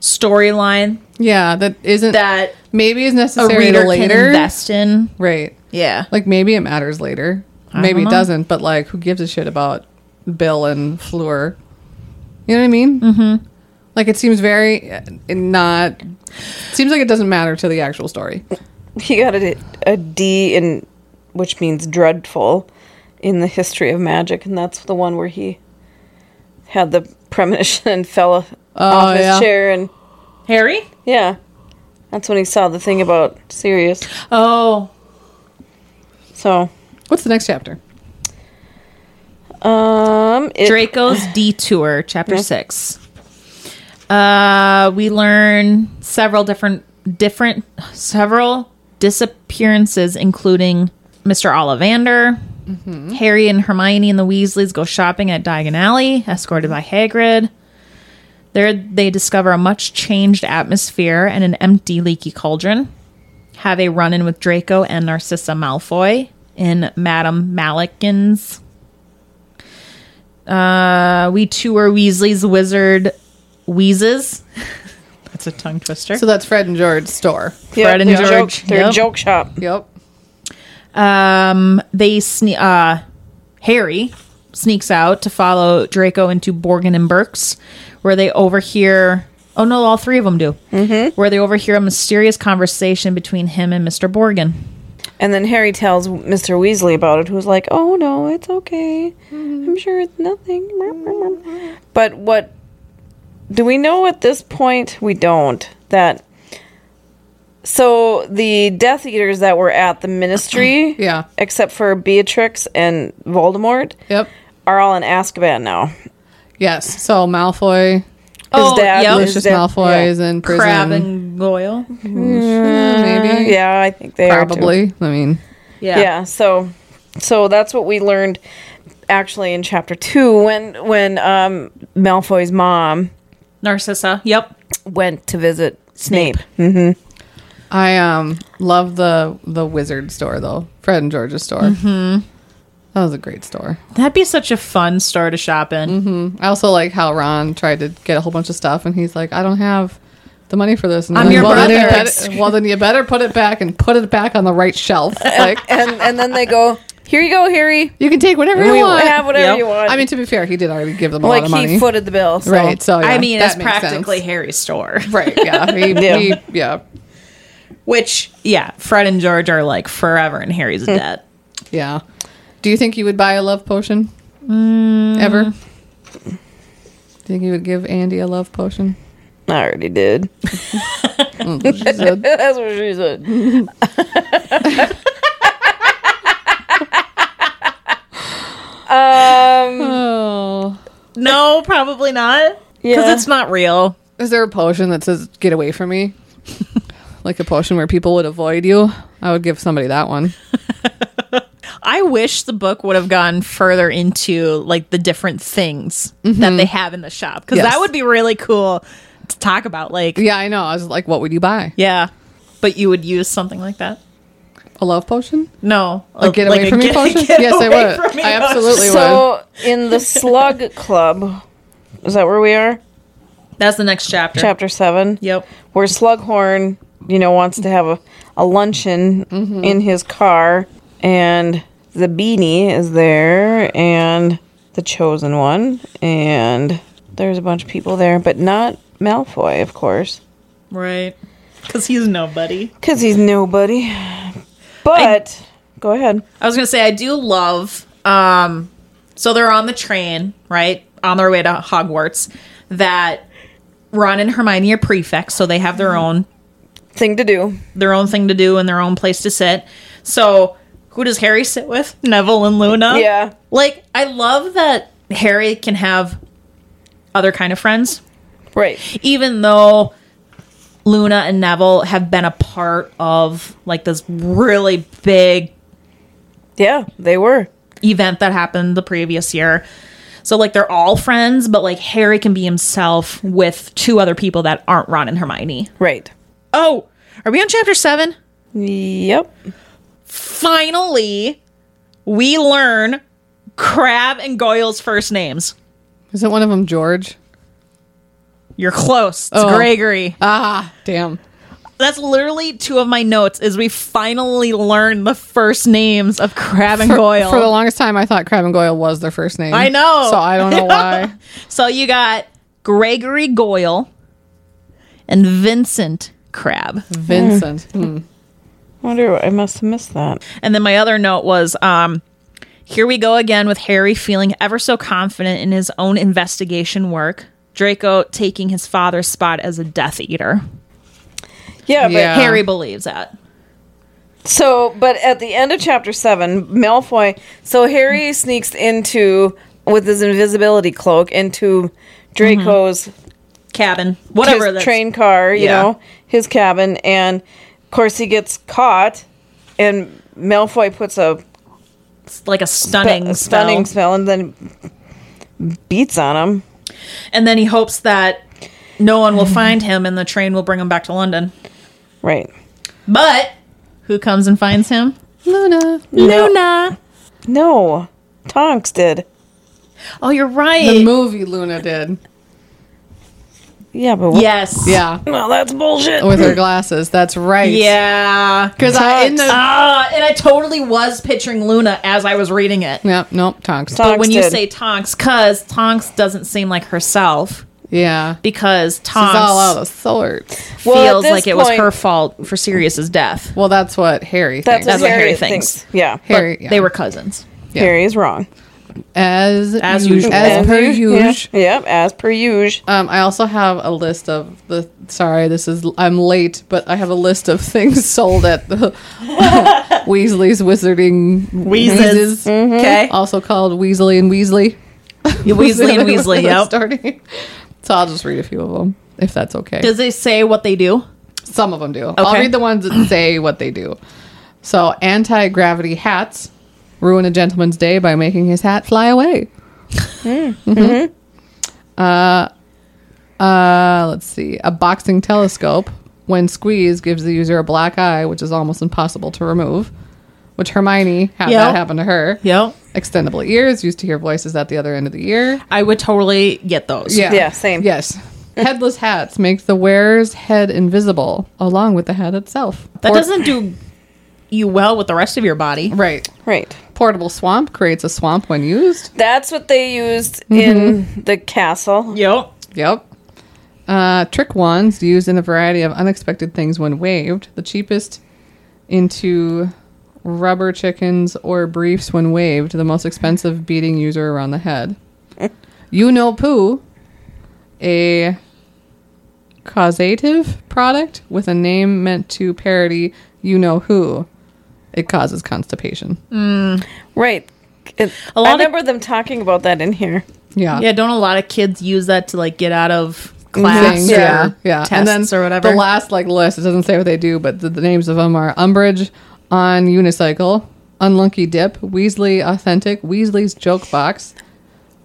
[SPEAKER 1] storyline
[SPEAKER 2] yeah, that isn't
[SPEAKER 1] that
[SPEAKER 2] maybe is
[SPEAKER 1] a
[SPEAKER 2] necessary
[SPEAKER 1] reader can
[SPEAKER 2] later,
[SPEAKER 1] invest in.
[SPEAKER 2] right?
[SPEAKER 1] Yeah.
[SPEAKER 2] Like maybe it matters later.
[SPEAKER 1] I
[SPEAKER 2] maybe
[SPEAKER 1] don't
[SPEAKER 2] it
[SPEAKER 1] know.
[SPEAKER 2] doesn't, but like who gives a shit about Bill and Fleur? You know what I mean? Mm-hmm. Like it seems very uh, not. Seems like it doesn't matter to the actual story.
[SPEAKER 3] he got a, a D in, which means dreadful, in the history of magic, and that's the one where he had the premonition and fell
[SPEAKER 1] Oh,
[SPEAKER 3] off his
[SPEAKER 2] yeah.
[SPEAKER 3] chair, and
[SPEAKER 1] Harry?
[SPEAKER 3] yeah, that's when he saw the thing about Sirius.
[SPEAKER 1] Oh.
[SPEAKER 3] So,
[SPEAKER 2] What's the next chapter?
[SPEAKER 3] um, it,
[SPEAKER 1] Draco's Detour, Chapter Six. Uh, we learn several different different several disappearances, including Mr. Ollivander. Harry and Hermione and the Weasleys go shopping at Diagon Alley, escorted by Hagrid. There, they discover a much changed atmosphere and an empty, leaky cauldron. Have a run in with Draco and Narcissa Malfoy in Madame Malikin's uh, we tour Weasley's Wizard Wheezes. That's a tongue twister.
[SPEAKER 2] So that's Fred and George's store.
[SPEAKER 3] yeah,
[SPEAKER 1] Fred and
[SPEAKER 3] their
[SPEAKER 1] George,
[SPEAKER 3] joke, their
[SPEAKER 1] yep.
[SPEAKER 3] joke shop.
[SPEAKER 2] Yep.
[SPEAKER 1] um, they sne- uh, Harry sneaks out to follow Draco into Borgin and Burke's, where they overhear. Oh no, all three of them do. Mm-hmm. Where they overhear a mysterious conversation between him and Mr. Borgin.
[SPEAKER 3] And then Harry tells Mr. Weasley about it, who's like, "Oh no, it's okay.
[SPEAKER 2] Mm-hmm.
[SPEAKER 3] I'm sure it's nothing." But what do we know at this point? We don't. That so the Death Eaters that were at the Ministry,
[SPEAKER 2] Yeah.
[SPEAKER 3] except for Beatrix and Voldemort,
[SPEAKER 2] Yep.
[SPEAKER 3] are all in Azkaban now. His
[SPEAKER 2] Yes. So Malfoy,
[SPEAKER 1] Oh, yep.
[SPEAKER 2] Lucius
[SPEAKER 1] His
[SPEAKER 2] Malfoy is in prison. Mm,
[SPEAKER 1] Crab and Goyle.
[SPEAKER 3] yeah.
[SPEAKER 2] maybe.
[SPEAKER 3] yeah, I think they are too.
[SPEAKER 2] Probably. I mean,
[SPEAKER 1] Yeah.
[SPEAKER 3] yeah so so that's what we learned actually in chapter two when when um malfoy's mom
[SPEAKER 1] Narcissa. Yep.
[SPEAKER 3] went to visit snape,
[SPEAKER 2] I um love the the wizard store though. Fred and George's store. Mm-hmm. That was a great store.
[SPEAKER 1] That'd be such a fun store to shop in.
[SPEAKER 2] I also like how Ron tried to get a whole bunch of stuff, and he's like, "I don't have the money for this." And
[SPEAKER 1] I'm
[SPEAKER 2] then,
[SPEAKER 1] your
[SPEAKER 2] well, then you
[SPEAKER 1] brother."
[SPEAKER 2] better- well, then you better put it back and put it back on the right shelf. It's like
[SPEAKER 3] and and then they go here you go harry
[SPEAKER 2] you can take whatever you
[SPEAKER 3] we
[SPEAKER 2] want.
[SPEAKER 3] have whatever
[SPEAKER 1] Yep.
[SPEAKER 3] you want
[SPEAKER 2] I mean, to be fair, he did already give them a
[SPEAKER 3] like
[SPEAKER 2] lot
[SPEAKER 3] he
[SPEAKER 2] of money,
[SPEAKER 3] footed the bill so.
[SPEAKER 2] right? So yeah,
[SPEAKER 1] I mean,
[SPEAKER 2] that
[SPEAKER 1] it's
[SPEAKER 2] makes sense.
[SPEAKER 1] practically Harry's store.
[SPEAKER 2] right. Yeah, he,
[SPEAKER 3] Yeah.
[SPEAKER 2] he- yeah,
[SPEAKER 1] Which, yeah, Fred and George are like forever in Harry's debt.
[SPEAKER 2] yeah. Do you think you would buy a love potion ever? Do you think you would give Andy a love potion?
[SPEAKER 3] i already did
[SPEAKER 2] She said,
[SPEAKER 3] that's what she said Um,
[SPEAKER 2] oh.
[SPEAKER 1] No, probably not. Because
[SPEAKER 3] Yeah.
[SPEAKER 1] it's not real.
[SPEAKER 2] Is there a potion that says "Get away from me"? like a potion where people would avoid you? I would give somebody that one.
[SPEAKER 1] I wish the book would have gone further into like the different things that they have in the shop. Because
[SPEAKER 2] Mm-hmm. Yes.
[SPEAKER 1] that would be really cool to talk about. Like, yeah.
[SPEAKER 2] Yeah, I know. I was like, what would you buy?
[SPEAKER 1] But you would use something like that?
[SPEAKER 2] A love potion?
[SPEAKER 1] No.
[SPEAKER 2] A get away from me potion? Yes, I would. I absolutely would.
[SPEAKER 3] so in the slug club is that where we are
[SPEAKER 1] That's the next chapter.
[SPEAKER 3] chapter seven
[SPEAKER 1] Yep.
[SPEAKER 3] where Slughorn, you know, wants to have a, a luncheon in his car, and the beanie is there, and the chosen one, and there's a bunch of people there, but not Malfoy, of course,
[SPEAKER 1] Right. Because he's nobody.
[SPEAKER 3] because he's nobody. But go ahead.
[SPEAKER 1] I was gonna say I do love. Um, so they're on the train, right, on their way to Hogwarts. That Ron and Hermione are prefects, so they have their own
[SPEAKER 3] Thing to do.
[SPEAKER 1] their own thing to do and their own place to sit. So who does Harry sit with? Neville and Luna.
[SPEAKER 3] Yeah.
[SPEAKER 1] Like I love that Harry can have other kind of friends,
[SPEAKER 3] Right.
[SPEAKER 1] even though. Luna and Neville have been a part of like this really big
[SPEAKER 3] Yeah, they were.
[SPEAKER 1] event that happened the previous year. So like they're all friends, but like Harry can be himself with two other people that aren't Ron and Hermione.
[SPEAKER 3] Right.
[SPEAKER 1] Oh, are we on chapter 7?
[SPEAKER 3] Yep.
[SPEAKER 1] Finally, we learn Crab and Goyle's first names.
[SPEAKER 2] Isn't one of them George?
[SPEAKER 1] You're close. It's
[SPEAKER 2] Oh.
[SPEAKER 1] Gregory.
[SPEAKER 2] Ah, damn.
[SPEAKER 1] That's literally two of my notes is we finally learn the first names of Crab and
[SPEAKER 2] For,
[SPEAKER 1] Goyle.
[SPEAKER 2] for the longest time, I thought Crab and Goyle was their first name.
[SPEAKER 1] I know.
[SPEAKER 2] So I don't know why.
[SPEAKER 1] So you got Gregory Goyle and Vincent Crab.
[SPEAKER 2] Vincent. Hmm.
[SPEAKER 3] Wonder I must have missed that.
[SPEAKER 1] And then my other note was um, Here we go again with Harry feeling ever so confident in his own investigation work. Draco taking his father's spot as a Death Eater.
[SPEAKER 3] Yeah, but
[SPEAKER 2] Yeah.
[SPEAKER 1] Harry believes that.
[SPEAKER 3] So, but at the end of chapter seven, Malfoy. So Harry sneaks into with his invisibility cloak into Draco's
[SPEAKER 1] Cabin, Mm-hmm. whatever.
[SPEAKER 3] his
[SPEAKER 1] that's-
[SPEAKER 3] train car. You
[SPEAKER 1] yeah.
[SPEAKER 3] know his cabin, and of course he gets caught, and Malfoy puts a
[SPEAKER 1] like a stunning,
[SPEAKER 3] spe-
[SPEAKER 1] spell.
[SPEAKER 3] stunning spell, and then beats on him.
[SPEAKER 1] and then he hopes that no one will find him and the train will bring him back to London.
[SPEAKER 3] Right.
[SPEAKER 1] But who comes and finds him?
[SPEAKER 2] Luna.
[SPEAKER 1] Luna.
[SPEAKER 3] No, Tonks did.
[SPEAKER 1] Oh, you're
[SPEAKER 2] The
[SPEAKER 1] right.
[SPEAKER 2] movie Luna did.
[SPEAKER 3] Yeah, but what-
[SPEAKER 1] yes.
[SPEAKER 2] Yeah.
[SPEAKER 3] Well, that's bullshit.
[SPEAKER 2] With her glasses. That's right.
[SPEAKER 1] Yeah.
[SPEAKER 2] Because I in the.
[SPEAKER 1] Ah, and I totally was picturing Luna as I was reading it.
[SPEAKER 2] Yeah, nope, Tonks.
[SPEAKER 3] Tonks
[SPEAKER 1] But when you
[SPEAKER 3] did.
[SPEAKER 1] say Tonks, because Tonks doesn't seem like herself,
[SPEAKER 2] Yeah.
[SPEAKER 1] because
[SPEAKER 2] It's all out
[SPEAKER 1] Tonks
[SPEAKER 2] of sorts.
[SPEAKER 3] Well, at
[SPEAKER 1] feels
[SPEAKER 3] this
[SPEAKER 1] like it was
[SPEAKER 3] point-
[SPEAKER 1] her fault for Sirius's death.
[SPEAKER 2] Well, that's what Harry thinks.
[SPEAKER 3] that's,
[SPEAKER 1] That's
[SPEAKER 3] what
[SPEAKER 1] what
[SPEAKER 3] Harry,
[SPEAKER 1] Harry
[SPEAKER 3] thinks.
[SPEAKER 1] thinks.
[SPEAKER 3] Yeah,
[SPEAKER 1] But
[SPEAKER 2] Harry, yeah.
[SPEAKER 1] They were cousins.
[SPEAKER 2] Yeah.
[SPEAKER 3] Harry is wrong.
[SPEAKER 2] as
[SPEAKER 1] As
[SPEAKER 2] u-
[SPEAKER 1] usual.
[SPEAKER 2] as per usual.
[SPEAKER 3] Yeah. Yep, as per usual.
[SPEAKER 2] Um, I also have a list of the. Sorry, this is I'm late, but I have a list of things sold at the Weasley's Wizarding Wheezes,
[SPEAKER 1] Okay.
[SPEAKER 2] also called Weasley and Weasley.
[SPEAKER 1] Weasley and Weasley.
[SPEAKER 2] That's
[SPEAKER 1] Yep.
[SPEAKER 2] starting. So I'll just read a few of them if that's okay.
[SPEAKER 1] Does it say what they do?
[SPEAKER 2] Some of them do. I'll
[SPEAKER 1] Okay.
[SPEAKER 2] read the ones that say what they do. So anti gravity hats ruin a gentleman's day by making his hat fly away.
[SPEAKER 3] Hmm.
[SPEAKER 2] Mhm.
[SPEAKER 3] Mm-hmm.
[SPEAKER 2] Uh, uh, let's see. A boxing telescope, when squeezed, gives the user a black eye, which is almost impossible to remove. Which Hermione had
[SPEAKER 1] Yep.
[SPEAKER 2] that happen to her.
[SPEAKER 1] Yep.
[SPEAKER 2] Extendable ears used to hear voices at the other end of the ear.
[SPEAKER 1] I would totally get those.
[SPEAKER 3] Yeah, same.
[SPEAKER 2] Yes. Headless hats make the wearer's head invisible along with the hat itself.
[SPEAKER 1] That
[SPEAKER 2] Port-
[SPEAKER 1] doesn't do you well with the rest of your body.
[SPEAKER 2] Right.
[SPEAKER 3] Right.
[SPEAKER 2] Portable swamp creates a swamp when used.
[SPEAKER 3] That's what they used in the castle.
[SPEAKER 1] Yep.
[SPEAKER 2] Yep. Uh, trick wands used in a variety of unexpected things when waved. The cheapest into rubber chickens or briefs when waved. The most expensive beating user around the head. you know poo, a causative product with a name meant to parody you know who. It causes constipation.
[SPEAKER 3] Right. It-
[SPEAKER 1] A lot
[SPEAKER 3] I
[SPEAKER 1] of-
[SPEAKER 3] remember them talking about that in here.
[SPEAKER 2] Yeah.
[SPEAKER 1] Yeah, don't a lot of kids use that to like get out of class
[SPEAKER 2] things,
[SPEAKER 1] or
[SPEAKER 2] Mm-hmm. yeah, yeah,
[SPEAKER 1] tests or whatever?
[SPEAKER 2] The last like list, it doesn't say what they do, but the, the names of them are Umbridge on unicycle, Unlucky Dip, Weasley Authentic, Weasley's Joke Box,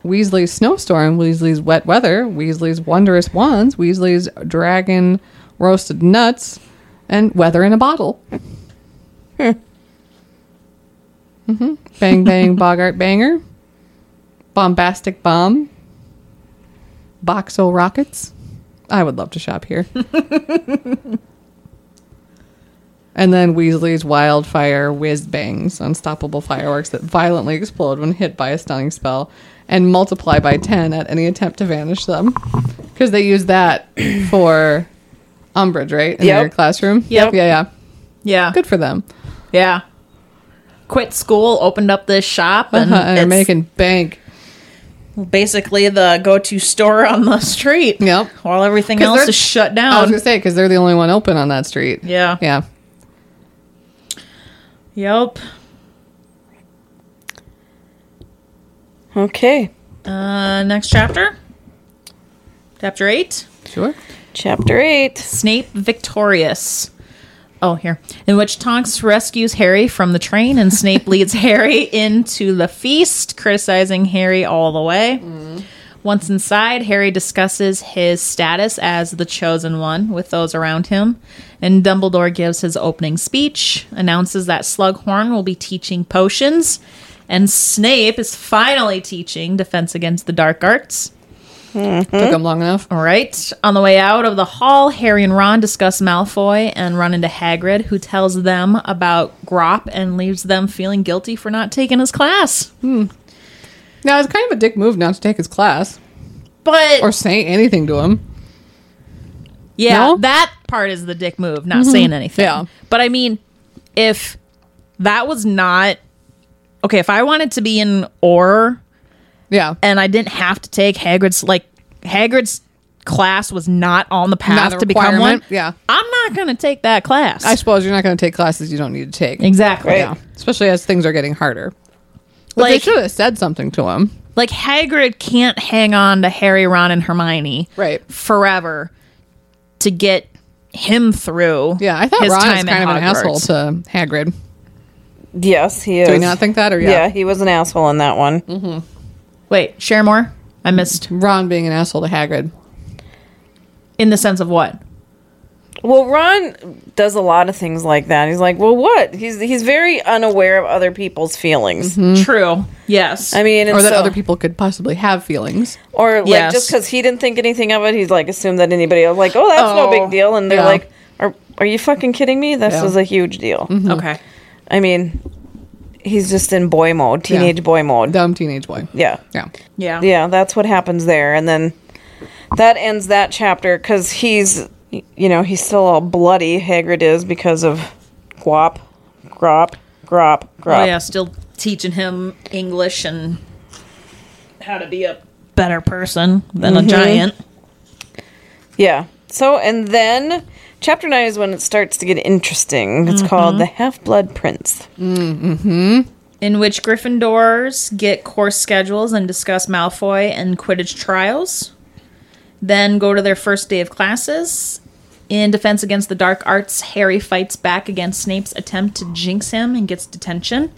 [SPEAKER 2] Weasley's Snowstorm, Weasley's Wet Weather, Weasley's Wondrous Wands, Weasley's Dragon Roasted Nuts, and Weather in a Bottle. mm-hmm.
[SPEAKER 1] Hmm.
[SPEAKER 2] Mm-hmm. Bang Bang Bogart Banger, Bombastic Bomb, Boxo Rockets. I would love to shop here. and then Weasley's wildfire whiz bangs, unstoppable fireworks that violently explode when hit by a stunning spell and multiply by 10 at any attempt to vanish them. Because they use that for Umbridge, right? In their
[SPEAKER 3] Yep.
[SPEAKER 2] classroom?
[SPEAKER 1] Yep.
[SPEAKER 2] Yeah, yeah.
[SPEAKER 1] yeah.
[SPEAKER 2] Good for them.
[SPEAKER 1] Yeah. Quit school, opened up this shop, and
[SPEAKER 2] Uh-huh, and they're
[SPEAKER 1] it's
[SPEAKER 2] making bank.
[SPEAKER 1] basically the go-to store on the street.
[SPEAKER 2] Yep.
[SPEAKER 1] While everything
[SPEAKER 2] 'Cause
[SPEAKER 1] else
[SPEAKER 2] they're-
[SPEAKER 1] is shut
[SPEAKER 2] I was
[SPEAKER 1] down.
[SPEAKER 2] going to say, because they're the only one open on that street.
[SPEAKER 1] Yeah.
[SPEAKER 2] Yeah.
[SPEAKER 1] Yep.
[SPEAKER 3] Okay.
[SPEAKER 1] Uh, next chapter. Chapter eight.
[SPEAKER 2] Sure.
[SPEAKER 3] Chapter 8.
[SPEAKER 1] Snape victorious. Oh, here. In which Tonks rescues Harry from the train and Snape leads Harry into the feast, criticizing Harry all the way. Once inside, Harry discusses his status as the chosen one with those around him, and Dumbledore gives his opening speech, announces that Slughorn will be teaching potions, and Snape is finally teaching Defense Against the Dark Arts. Mm-hmm.
[SPEAKER 2] Took them long enough.
[SPEAKER 1] All right. On the way out of the hall, Harry and Ron discuss Malfoy and run into Hagrid, who tells them about Grop and leaves them feeling guilty for not taking his class.
[SPEAKER 2] Now, it's kind of a dick move not to take his class
[SPEAKER 1] But
[SPEAKER 2] or say anything to him.
[SPEAKER 1] yeah,
[SPEAKER 2] No? Mm-hmm.
[SPEAKER 1] that part is the dick move, not saying anything.
[SPEAKER 2] Yeah.
[SPEAKER 1] But I mean, if that was not okay, if I wanted to be in Or
[SPEAKER 2] Yeah.
[SPEAKER 1] and I didn't have to take Hagrid's like Hagrid's class was not on the path
[SPEAKER 2] Not a
[SPEAKER 1] to become one.
[SPEAKER 2] requirement, yeah.
[SPEAKER 1] I'm not going to take that class.
[SPEAKER 2] I suppose you're not going to take classes you don't need to take.
[SPEAKER 1] exactly.
[SPEAKER 2] Yeah. Especially as things are getting harder. But they
[SPEAKER 1] Like
[SPEAKER 2] should have said something to him.
[SPEAKER 1] like Hagrid can't hang on to Harry, Ron and Hermione
[SPEAKER 2] Right.
[SPEAKER 1] forever to get him through.
[SPEAKER 2] Yeah, I thought
[SPEAKER 1] his
[SPEAKER 2] Ron is
[SPEAKER 1] time at
[SPEAKER 2] kind of an asshole
[SPEAKER 1] Hogwarts.
[SPEAKER 2] to Hagrid.
[SPEAKER 3] Yes, he is.
[SPEAKER 2] Do we not think that, or yeah,
[SPEAKER 3] yeah. he was an asshole in that one.
[SPEAKER 1] Wait, share more. I missed
[SPEAKER 2] Ron being an asshole to Hagrid?
[SPEAKER 1] in the sense of what?
[SPEAKER 3] Well, Ron does a lot of things like that. He's like, well, what? He's he's very unaware of other people's feelings.
[SPEAKER 1] Mm-hmm.
[SPEAKER 2] Mm.
[SPEAKER 1] True. Yes.
[SPEAKER 3] I mean, and
[SPEAKER 2] Or that
[SPEAKER 3] so-
[SPEAKER 2] other people could possibly have feelings.
[SPEAKER 3] or like
[SPEAKER 1] Yes.
[SPEAKER 3] just because he didn't think anything of it, he's like assumed that anybody else like, oh, that's no
[SPEAKER 1] Oh,
[SPEAKER 3] big deal, and they're
[SPEAKER 2] yeah.
[SPEAKER 3] like, are are you fucking kidding me? This
[SPEAKER 2] Yeah.
[SPEAKER 3] is a huge deal.
[SPEAKER 2] mm.
[SPEAKER 1] okay.
[SPEAKER 3] I mean, he's just in boy mode, teenage boy mode.
[SPEAKER 2] Dumb teenage boy.
[SPEAKER 3] yeah,
[SPEAKER 2] Yeah,
[SPEAKER 1] Yeah.
[SPEAKER 3] yeah, that's what happens there, and then that ends that chapter because he's you know he's still all bloody. Hagrid is because of guap, grop, grop, grop.
[SPEAKER 1] Oh yeah, still teaching him English and how to be a better person than
[SPEAKER 2] Mm-hmm.
[SPEAKER 1] a giant.
[SPEAKER 3] Yeah. So, and then chapter nine is when it starts to get interesting.
[SPEAKER 1] Mm-hmm.
[SPEAKER 3] It's called The Half Blood Prince.
[SPEAKER 1] In which Gryffindors get course schedules and discuss Malfoy and Quidditch trials, then go to their first day of classes. In defense against the dark arts, Harry fights back against Snape's attempt to jinx him and gets detention.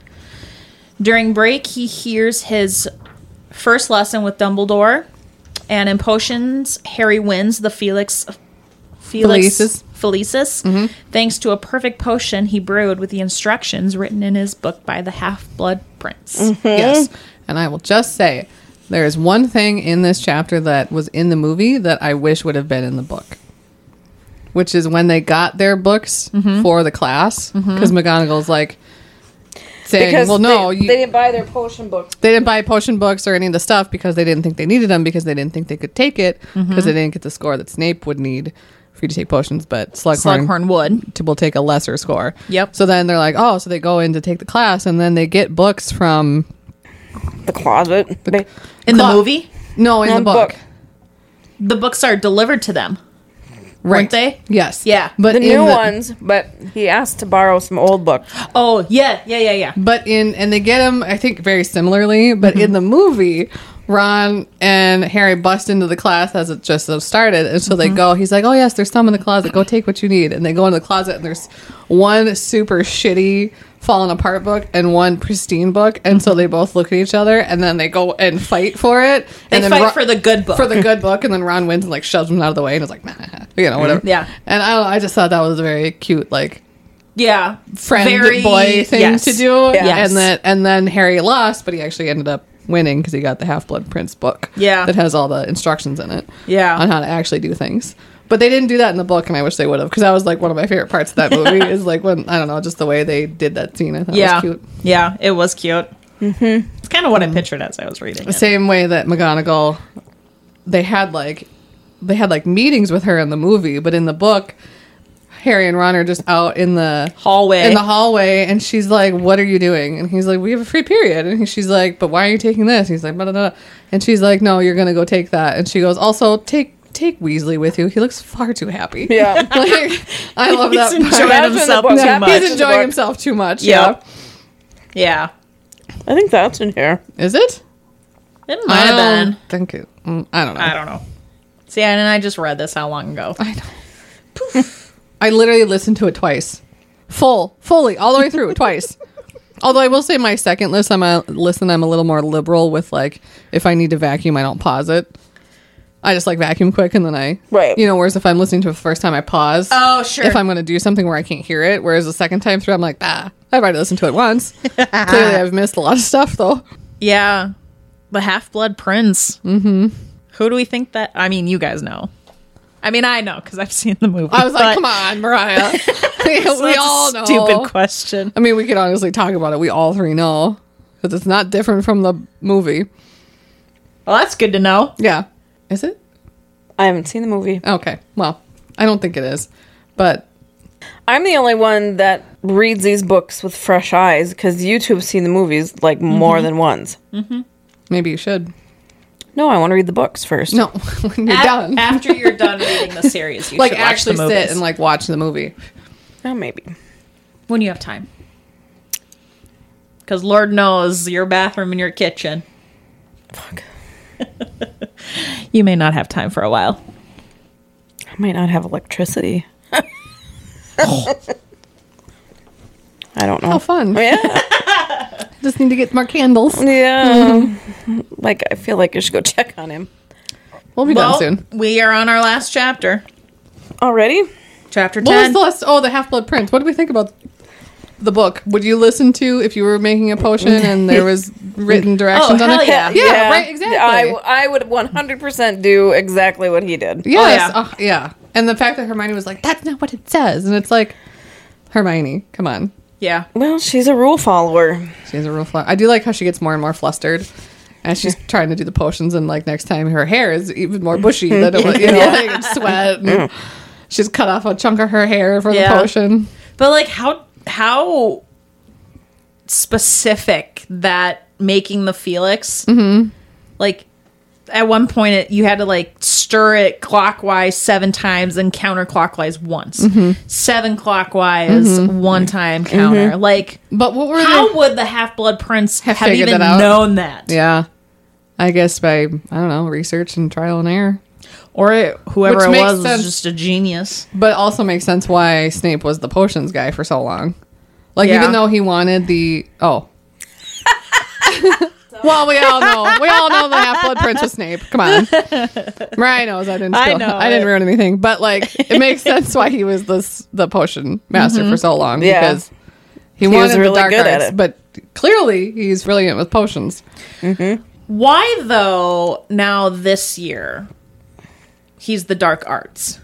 [SPEAKER 1] During break, he hears his first lesson with Dumbledore, and in potions, Harry wins the Felix. Felix
[SPEAKER 2] Felicis.
[SPEAKER 1] Felicis, thanks to a perfect potion he brewed with the instructions written in his book by the Half Blood Prince.
[SPEAKER 3] Eh?
[SPEAKER 2] yes. And I will just say, there is one thing in this chapter that was in the movie that I wish would have been in the book, which is when they got their books
[SPEAKER 3] Mm-hmm.
[SPEAKER 2] for the class because McGonagall's like saying,
[SPEAKER 3] Because
[SPEAKER 2] "Well, no,
[SPEAKER 3] they,
[SPEAKER 2] you,
[SPEAKER 3] they didn't buy their potion books.
[SPEAKER 2] they didn't buy potion books or any of the stuff because they didn't think they needed them because they didn't think they could take it because
[SPEAKER 3] Mm-hmm.
[SPEAKER 2] they didn't get the score that Snape would need for you to take potions, but Slughorn,
[SPEAKER 1] Slughorn would.
[SPEAKER 2] t- will take a lesser score.
[SPEAKER 1] Yep.
[SPEAKER 2] So then they're like, oh, so they go in to take the class and then they get books from
[SPEAKER 3] The closet. They-
[SPEAKER 1] In the
[SPEAKER 2] Cla-
[SPEAKER 1] movie,
[SPEAKER 2] no in the
[SPEAKER 3] Um,
[SPEAKER 2] book,
[SPEAKER 3] book.
[SPEAKER 1] the books are delivered to them.
[SPEAKER 2] right?
[SPEAKER 1] weren't they?
[SPEAKER 2] Yes.
[SPEAKER 1] Yeah.
[SPEAKER 2] But
[SPEAKER 3] the
[SPEAKER 2] in
[SPEAKER 3] new ones, but he asked to borrow some old books.
[SPEAKER 1] Oh, yeah, yeah, yeah, yeah.
[SPEAKER 2] But in and they get him, I think, very similarly. But
[SPEAKER 1] Mm-hmm.
[SPEAKER 2] in the movie, Ron and Harry bust into the class as it just so started, and so
[SPEAKER 1] Mm-hmm.
[SPEAKER 2] they go. He's like, "Oh yes, there's some in the closet. Go take what you need." And they go into the closet, and there's one super shitty fallen apart book and one pristine book, and
[SPEAKER 1] Mm-hmm.
[SPEAKER 2] so they both look at each other, and then they go and fight for it.
[SPEAKER 1] They
[SPEAKER 2] and then
[SPEAKER 1] fight
[SPEAKER 2] Ron-
[SPEAKER 1] for the good book.
[SPEAKER 2] for the good book, and then Ron wins and like shoves him out of the way, and is like, nah, you know, whatever.
[SPEAKER 1] Mm-hmm. Yeah.
[SPEAKER 2] And I, don't know, I just thought that was very cute, like
[SPEAKER 1] yeah.
[SPEAKER 2] friend
[SPEAKER 1] Very-
[SPEAKER 2] boy thing
[SPEAKER 1] yes.
[SPEAKER 2] to do.
[SPEAKER 1] Yes.
[SPEAKER 2] And then and then Harry lost, but he actually ended up winning because he got the Half Blood Prince book.
[SPEAKER 1] Yeah.
[SPEAKER 2] That has all the instructions in it.
[SPEAKER 1] Yeah.
[SPEAKER 2] On how to actually do things. But they didn't do that in the book, and I wish they would have because that was like one of my favorite parts of that movie is like when I don't know just the way they did that scene. I thought
[SPEAKER 1] Yeah.
[SPEAKER 2] was cute.
[SPEAKER 1] Yeah, it was cute. Mm-hmm. It's kind of what I pictured as I was reading
[SPEAKER 2] The
[SPEAKER 1] it.
[SPEAKER 2] same way that McGonagall, they had like they had like meetings with her in the movie, but in the book. Harry and Ron are just out in the
[SPEAKER 1] Hallway.
[SPEAKER 2] in the hallway and she's like what are you doing and he's like we have a free period and he- she's like but why are you taking this he's like blah, blah, blah. and she's like no you're gonna go take that and she goes also take take weasley with you he looks far too happy
[SPEAKER 3] Yeah.
[SPEAKER 2] like, i love
[SPEAKER 1] He's
[SPEAKER 2] that part.
[SPEAKER 1] enjoying
[SPEAKER 3] That's when the
[SPEAKER 1] himself
[SPEAKER 3] book-
[SPEAKER 1] too
[SPEAKER 3] that's
[SPEAKER 1] much.
[SPEAKER 3] in
[SPEAKER 2] he's
[SPEAKER 3] the
[SPEAKER 2] enjoying
[SPEAKER 3] book.
[SPEAKER 2] himself too much
[SPEAKER 1] Yep. yeah.
[SPEAKER 3] I think that's in here.
[SPEAKER 2] yeah is it
[SPEAKER 1] It might have
[SPEAKER 2] I
[SPEAKER 1] been.
[SPEAKER 2] don't think it mm, i don't know
[SPEAKER 1] I don't know. See, and I just read this how long ago.
[SPEAKER 2] I know. I literally listened to it twice, full, fully, all the way through twice. Although I will say, my second list, I'm a listen. I'm a little more liberal with like if I need to vacuum, I don't pause it. I just like vacuum quick, and then I
[SPEAKER 3] Right.
[SPEAKER 2] You know, whereas if I'm listening to it the first time, I pause.
[SPEAKER 1] Oh, sure.
[SPEAKER 2] If I'm going to do something where I can't hear it, whereas the second time through, I'm like, ah, I've already listened to it once. Clearly, I've missed a lot of stuff though.
[SPEAKER 1] Yeah. The Half Blood Prince. Mm-hmm. Who do we think that? I mean, you guys know. I mean, I know because I've seen the movie.
[SPEAKER 2] I was like,
[SPEAKER 1] but-
[SPEAKER 2] come on, Mariah. we
[SPEAKER 1] So that's a
[SPEAKER 2] all know.
[SPEAKER 1] Stupid question.
[SPEAKER 2] I mean, we could honestly talk about it. We all three know because it's not different from the movie.
[SPEAKER 1] Well, that's good to know.
[SPEAKER 2] Yeah, is it?
[SPEAKER 3] I haven't seen the movie.
[SPEAKER 2] Okay. Well, I don't think it is, but
[SPEAKER 3] I'm the only one that reads these books with fresh eyes because you two have seen the movies like
[SPEAKER 2] Mm-hmm.
[SPEAKER 3] more than once.
[SPEAKER 2] Maybe you should.
[SPEAKER 3] No, I want to read the books first.
[SPEAKER 2] No, when you're
[SPEAKER 1] Af-
[SPEAKER 2] done.
[SPEAKER 1] after you're done reading the series, you
[SPEAKER 2] like
[SPEAKER 1] should watch
[SPEAKER 2] actually
[SPEAKER 1] the
[SPEAKER 2] sit
[SPEAKER 1] movies.
[SPEAKER 2] and like watch the movie.
[SPEAKER 3] Oh, maybe.
[SPEAKER 1] when you have time. Because Lord knows your bathroom and your kitchen,
[SPEAKER 3] Fuck.
[SPEAKER 1] you may not have time for a while.
[SPEAKER 3] I might not have electricity. I don't know.
[SPEAKER 2] How Oh, fun.
[SPEAKER 3] Yeah.
[SPEAKER 2] Just need to get more candles.
[SPEAKER 3] Yeah. like, I feel like I should go check on him.
[SPEAKER 2] We'll be
[SPEAKER 1] well,
[SPEAKER 2] done soon.
[SPEAKER 1] we are on our last chapter,
[SPEAKER 3] Already?
[SPEAKER 1] chapter
[SPEAKER 2] What was
[SPEAKER 1] ten.
[SPEAKER 2] the last? Oh, the Half Blood Prince. What do we think about the book? Would you listen to if you were making a potion and there was written directions on
[SPEAKER 1] Oh, hell
[SPEAKER 2] it?
[SPEAKER 1] yeah. oh,
[SPEAKER 2] yeah, right, exactly.
[SPEAKER 3] I, w- I would 100% do exactly what he did.
[SPEAKER 2] Yes,
[SPEAKER 1] Oh,
[SPEAKER 2] uh, yeah. And the fact that Hermione was like, "That's not what it says," and it's like, Hermione, come on,
[SPEAKER 1] yeah,
[SPEAKER 3] Well, she's a rule follower.
[SPEAKER 2] she has a real. Fl- I do like how she gets more and more flustered. As she's trying to do the potions, and like next time her hair is even more bushy than it was, you know, like it's sweat. And she's cut off a chunk of her hair for
[SPEAKER 1] Yeah.
[SPEAKER 2] the potion.
[SPEAKER 1] but like how how specific that making the Felix,
[SPEAKER 2] Mm-hmm.
[SPEAKER 1] like at one point it, you had to like stir it clockwise seven times and counterclockwise once,
[SPEAKER 2] Mm-hmm.
[SPEAKER 1] seven clockwise one time counter, like.
[SPEAKER 2] But what were
[SPEAKER 1] How
[SPEAKER 2] they-
[SPEAKER 1] would the Half Blood Prince have,
[SPEAKER 2] Mm-hmm. Have figured
[SPEAKER 1] even
[SPEAKER 2] that out?
[SPEAKER 1] known that?
[SPEAKER 2] Yeah, I guess by I don't know research and trial and error.
[SPEAKER 1] Or it- whoever
[SPEAKER 2] Which
[SPEAKER 1] it
[SPEAKER 2] makes
[SPEAKER 1] was
[SPEAKER 2] sense.
[SPEAKER 1] was just a genius.
[SPEAKER 2] But it also makes sense why Snape was the potions guy for so long. Like
[SPEAKER 1] Yeah.
[SPEAKER 2] even though he wanted the oh. well, we all know we all know the half blood prince was Snape. Come on, Mariah knows I didn't. Steal,
[SPEAKER 1] I
[SPEAKER 2] I
[SPEAKER 1] know
[SPEAKER 2] didn't
[SPEAKER 1] it.
[SPEAKER 2] ruin anything. But like, it makes sense why he was this the potion master for so long
[SPEAKER 3] Yeah.
[SPEAKER 2] because he,
[SPEAKER 3] was
[SPEAKER 2] wanted
[SPEAKER 3] really
[SPEAKER 2] the dark
[SPEAKER 3] good at
[SPEAKER 2] arts,
[SPEAKER 3] it.
[SPEAKER 2] but clearly he's brilliant with potions.
[SPEAKER 1] Why though? Now this year, he's the dark arts.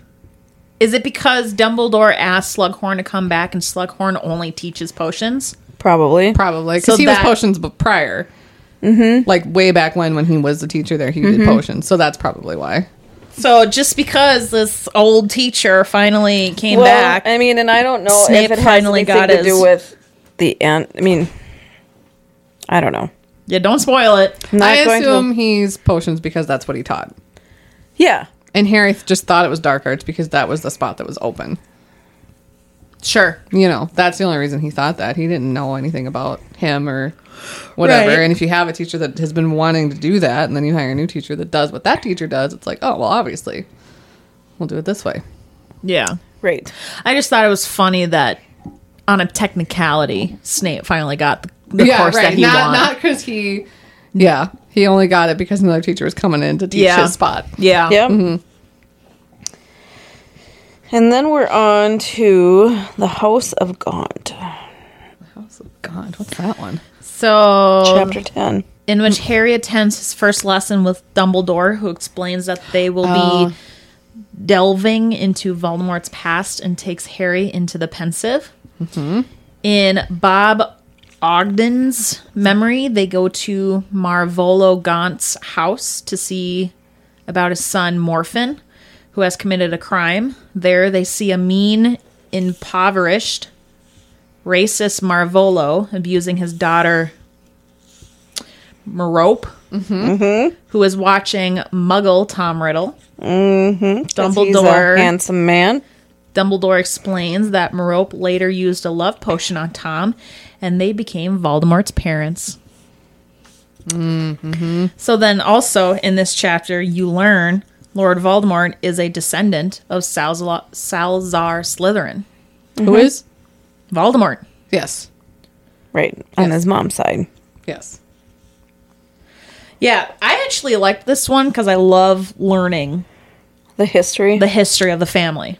[SPEAKER 1] Is it because Dumbledore asked Slughorn to come back, and Slughorn only teaches potions?
[SPEAKER 3] Probably.
[SPEAKER 2] Probably because
[SPEAKER 1] So
[SPEAKER 2] he
[SPEAKER 1] that-
[SPEAKER 2] was potions b- prior, mm-hmm. like way back when when he was the teacher there, he did potions. So that's probably why.
[SPEAKER 1] So just because this old teacher finally came
[SPEAKER 3] well,
[SPEAKER 1] back,
[SPEAKER 3] I mean, and I don't know
[SPEAKER 1] Snape
[SPEAKER 3] if it
[SPEAKER 1] finally
[SPEAKER 3] has anything
[SPEAKER 1] got
[SPEAKER 3] to
[SPEAKER 1] his-
[SPEAKER 3] do with the end. I mean, I don't know.
[SPEAKER 1] yeah, don't spoil it.
[SPEAKER 3] I'm not
[SPEAKER 2] I
[SPEAKER 3] going to-
[SPEAKER 2] assume he's potions because that's what he taught.
[SPEAKER 3] Yeah.
[SPEAKER 2] And Harry th- just thought it was dark arts because that was the spot that was open.
[SPEAKER 1] Sure,
[SPEAKER 2] You know, that's the only reason he thought that. He didn't know anything about him or whatever.
[SPEAKER 1] Right.
[SPEAKER 2] And if you have a teacher that has been wanting to do that and then you hire a new teacher that does what that teacher does, it's like, oh, well, obviously, we'll do it this way.
[SPEAKER 1] yeah.
[SPEAKER 3] Right.
[SPEAKER 1] I just thought it was funny that on a technicality, Snape finally got the, the course that he
[SPEAKER 2] not,
[SPEAKER 1] wanted.
[SPEAKER 2] Not because he, yeah, he only got it because another teacher was coming in to teach
[SPEAKER 1] Yeah.
[SPEAKER 2] his spot.
[SPEAKER 1] yeah,
[SPEAKER 3] Yep. And then we're on to the House of Gaunt,
[SPEAKER 2] God, what's that one?
[SPEAKER 1] So
[SPEAKER 3] chapter 10.
[SPEAKER 1] in which Harry attends his first lesson with Dumbledore, who explains that they will
[SPEAKER 2] Oh.
[SPEAKER 1] be delving into Voldemort's past and takes Harry into the pensive. In Bob Ogden's memory, they go to Marvolo Gaunt's house to see about his son Morphin, who has committed a crime. There, they see a mean, impoverished, racist Marvolo abusing his daughter Marope, who is watching Muggle Tom Riddle.
[SPEAKER 3] Because he's a
[SPEAKER 1] Dumbledore.
[SPEAKER 3] handsome man.
[SPEAKER 1] Dumbledore explains that Marope later used a love potion on Tom, and they became Voldemort's parents. So then, also in this chapter, you learn Lord Voldemort is a descendant of Salza- Salazar Slytherin.
[SPEAKER 2] Who is?
[SPEAKER 1] Voldemort.
[SPEAKER 2] Mm-hmm. Yes.
[SPEAKER 3] Right. On his mom's side.
[SPEAKER 2] Yes.
[SPEAKER 1] Yeah, I actually liked this one because I love learning
[SPEAKER 3] The history.
[SPEAKER 1] the history of the family.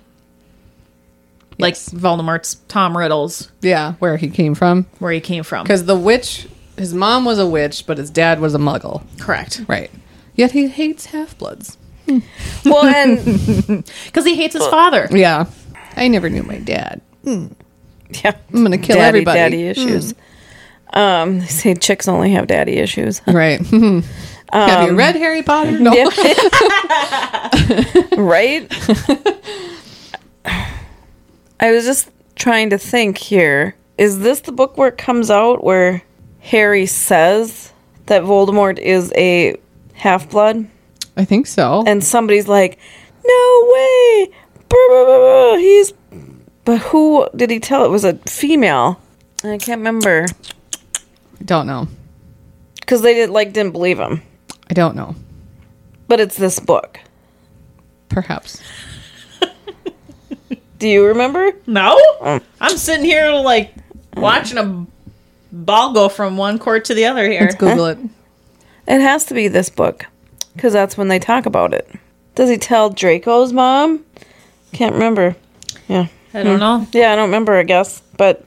[SPEAKER 1] Like Voldemort's Tom Riddle's,
[SPEAKER 2] Yeah, where he came from.
[SPEAKER 1] where he came from.
[SPEAKER 2] Because the witch, his mom was a witch, but his dad was a muggle.
[SPEAKER 1] Correct.
[SPEAKER 2] Right. Yet he hates half bloods.
[SPEAKER 3] well, and
[SPEAKER 1] Because he hates his father.
[SPEAKER 2] Yeah. I never knew my dad.
[SPEAKER 3] yeah.
[SPEAKER 2] I'm going to kill
[SPEAKER 3] daddy,
[SPEAKER 2] everybody. Hmm.
[SPEAKER 3] daddy issues. Um, they say chicks only have daddy issues.
[SPEAKER 2] Right. Have you read Harry Potter? No.
[SPEAKER 3] right? I was just trying to think here. Is this the book where it comes out where Harry says that Voldemort is a half blood?
[SPEAKER 2] I think so.
[SPEAKER 3] And somebody's like, no way! Brr, brr, brr, brr, He's. But who did he tell? It was a female. I can't remember.
[SPEAKER 2] don't know.
[SPEAKER 3] Because they did, like didn't believe him.
[SPEAKER 2] I don't know.
[SPEAKER 3] But it's this book.
[SPEAKER 2] Perhaps.
[SPEAKER 3] Do you remember?
[SPEAKER 1] No? I'm sitting here like watching a ball go from one court to the other here.
[SPEAKER 2] Let's Google it.
[SPEAKER 3] It has to be this book, because that's when they talk about it. Does he tell Draco's mom? Can't remember. Yeah.
[SPEAKER 1] I don't know.
[SPEAKER 3] Yeah, I don't remember, I guess. But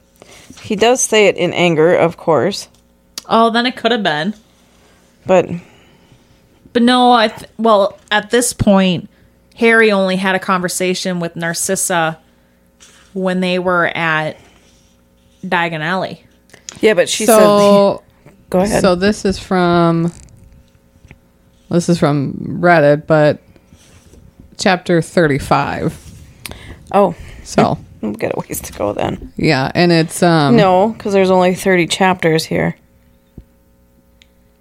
[SPEAKER 3] he does say it in anger, of course.
[SPEAKER 1] Oh, then it could have been.
[SPEAKER 3] But
[SPEAKER 1] But no, I th- well, at this point, Harry only had a conversation with Narcissa when they were at Diagon Alley.
[SPEAKER 3] yeah, but she
[SPEAKER 2] so,
[SPEAKER 3] said, "Go ahead."
[SPEAKER 2] so this is from this is from Reddit, but chapter thirty-five.
[SPEAKER 3] oh,
[SPEAKER 2] So
[SPEAKER 3] we've got a ways to go then.
[SPEAKER 2] yeah, and it's um
[SPEAKER 3] No, because there's only thirty chapters here.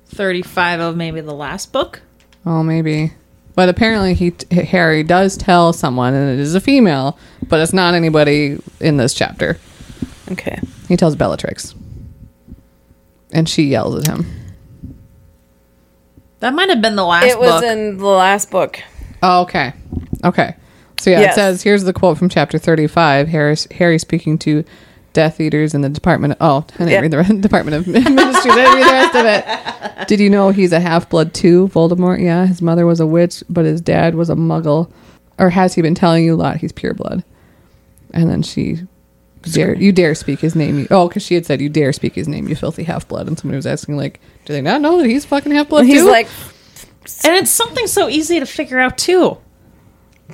[SPEAKER 1] 35 of maybe the last book.
[SPEAKER 2] oh maybe, but apparently he t- Harry does tell someone, and it is a female, but it's not anybody in this chapter.
[SPEAKER 3] Okay.
[SPEAKER 2] He tells Bellatrix, and she yells at him.
[SPEAKER 1] That might have been the last
[SPEAKER 3] It was
[SPEAKER 1] book.
[SPEAKER 3] in the last book.
[SPEAKER 2] Oh, okay. Okay. So yeah,
[SPEAKER 3] Yes.
[SPEAKER 2] it says here's the quote from chapter 35. Harris Harry speaking to Death Eaters in the Department. Of, oh, I didn't
[SPEAKER 3] Yeah.
[SPEAKER 2] read the re- Department of Ministry. I didn't read the rest of it. Did you know he's a half blood too, Voldemort? Yeah, his mother was a witch, but his dad was a Muggle. Or has he been telling you a lot? He's pure blood. And then she dare you dare speak his name. You, oh, because she had said you dare speak his name, you filthy half blood. And somebody was asking like, do they not know that he's fucking half blood?
[SPEAKER 3] He's
[SPEAKER 2] too?
[SPEAKER 3] like,
[SPEAKER 1] and it's something so easy to figure out, too.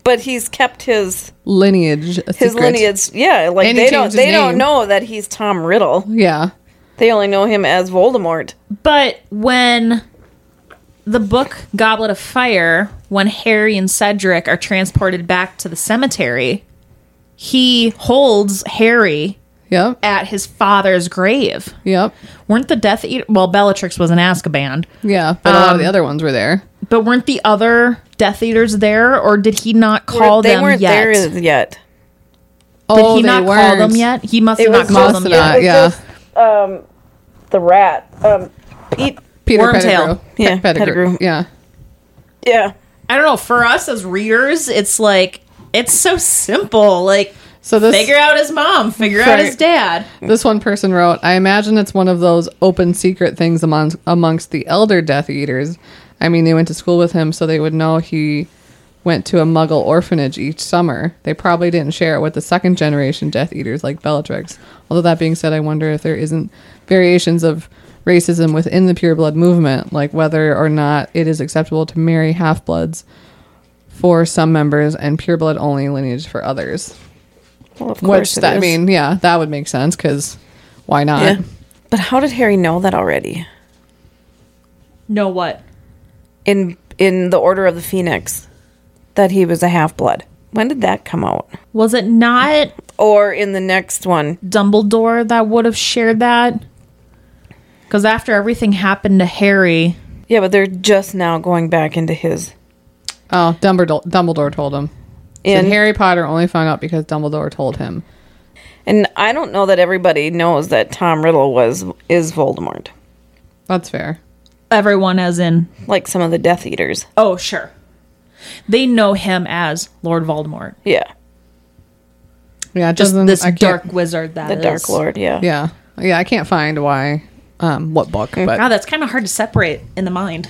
[SPEAKER 3] but he's kept his
[SPEAKER 2] lineage. a
[SPEAKER 3] his
[SPEAKER 2] secret.
[SPEAKER 3] lineage. Yeah, like
[SPEAKER 2] And he
[SPEAKER 3] they don't
[SPEAKER 2] changed his
[SPEAKER 3] they don't
[SPEAKER 2] name.
[SPEAKER 3] know that he's Tom Riddle.
[SPEAKER 2] Yeah.
[SPEAKER 3] They only know him as Voldemort.
[SPEAKER 1] But when the book Goblet of Fire, when Harry and Cedric are transported back to the cemetery, he holds Harry
[SPEAKER 2] Yep.
[SPEAKER 1] at his father's grave.
[SPEAKER 2] Yep.
[SPEAKER 1] Weren't the Death Eater? Well, Bellatrix was in Azkaban,
[SPEAKER 2] Yeah, but a lot of
[SPEAKER 1] Um,
[SPEAKER 2] the other ones were there.
[SPEAKER 1] but weren't the other Death Eaters there, or did he not call
[SPEAKER 3] they
[SPEAKER 1] them
[SPEAKER 3] weren't
[SPEAKER 1] yet?
[SPEAKER 3] there as- yet.
[SPEAKER 2] Oh,
[SPEAKER 1] did he not call them yet? He must have not
[SPEAKER 3] was
[SPEAKER 1] called
[SPEAKER 2] just-
[SPEAKER 1] them
[SPEAKER 2] Must
[SPEAKER 1] yet.
[SPEAKER 2] have yeah.
[SPEAKER 3] It was just, um, the rat. Um, Pete.
[SPEAKER 2] Peter
[SPEAKER 1] Wormtail.
[SPEAKER 2] Pettigrew.
[SPEAKER 3] Yeah,
[SPEAKER 2] Pettigrew.
[SPEAKER 3] Pettigrew.
[SPEAKER 2] Yeah.
[SPEAKER 3] Yeah.
[SPEAKER 1] I don't know. For us as readers, it's like it's so simple. Like
[SPEAKER 2] So this
[SPEAKER 1] figure out his mom, figure out
[SPEAKER 2] Sorry.
[SPEAKER 1] his dad.
[SPEAKER 2] this one person wrote, "I imagine it's one of those open secret things among, amongst the elder Death Eaters. I mean, they went to school with him, so they would know he went to a Muggle orphanage each summer. They probably didn't share it with the second generation Death Eaters like Bellatrix. Although that being said, I wonder if there isn't variations of." Racism within the pure blood movement, like whether or not it is acceptable to marry half bloods for some members and pure blood only lineage for others.
[SPEAKER 3] Well, of
[SPEAKER 2] Which
[SPEAKER 3] course.
[SPEAKER 2] that, I
[SPEAKER 3] it is.
[SPEAKER 2] mean, yeah, that would make sense because why not?
[SPEAKER 3] Yeah. But how did Harry know that already?
[SPEAKER 1] No, what?
[SPEAKER 3] In in the Order of the Phoenix, that he was a half blood. When did that come out?
[SPEAKER 1] Was it not
[SPEAKER 3] Or in the next one?
[SPEAKER 1] Dumbledore that would have shared that? Because after everything happened to Harry,
[SPEAKER 3] Yeah, but they're just now going back into his.
[SPEAKER 2] Oh, Dumbledore, Dumbledore told him.
[SPEAKER 3] In
[SPEAKER 2] And Harry Potter only found out because Dumbledore told him.
[SPEAKER 3] and I don't know that everybody knows that Tom Riddle was is Voldemort.
[SPEAKER 2] That's fair.
[SPEAKER 1] everyone, as in,
[SPEAKER 3] Like some of the Death Eaters.
[SPEAKER 1] oh, sure. They know him as Lord Voldemort.
[SPEAKER 3] Yeah,
[SPEAKER 2] Yeah, it
[SPEAKER 1] Just
[SPEAKER 2] doesn't.
[SPEAKER 1] this
[SPEAKER 2] I can't-
[SPEAKER 1] dark wizard that
[SPEAKER 3] the Dark
[SPEAKER 1] is.
[SPEAKER 3] Lord. Yeah.
[SPEAKER 2] Yeah, yeah. I can't find why, um, what book,
[SPEAKER 1] Wow,
[SPEAKER 2] but
[SPEAKER 1] Ah, that's kind of hard to separate in the mind.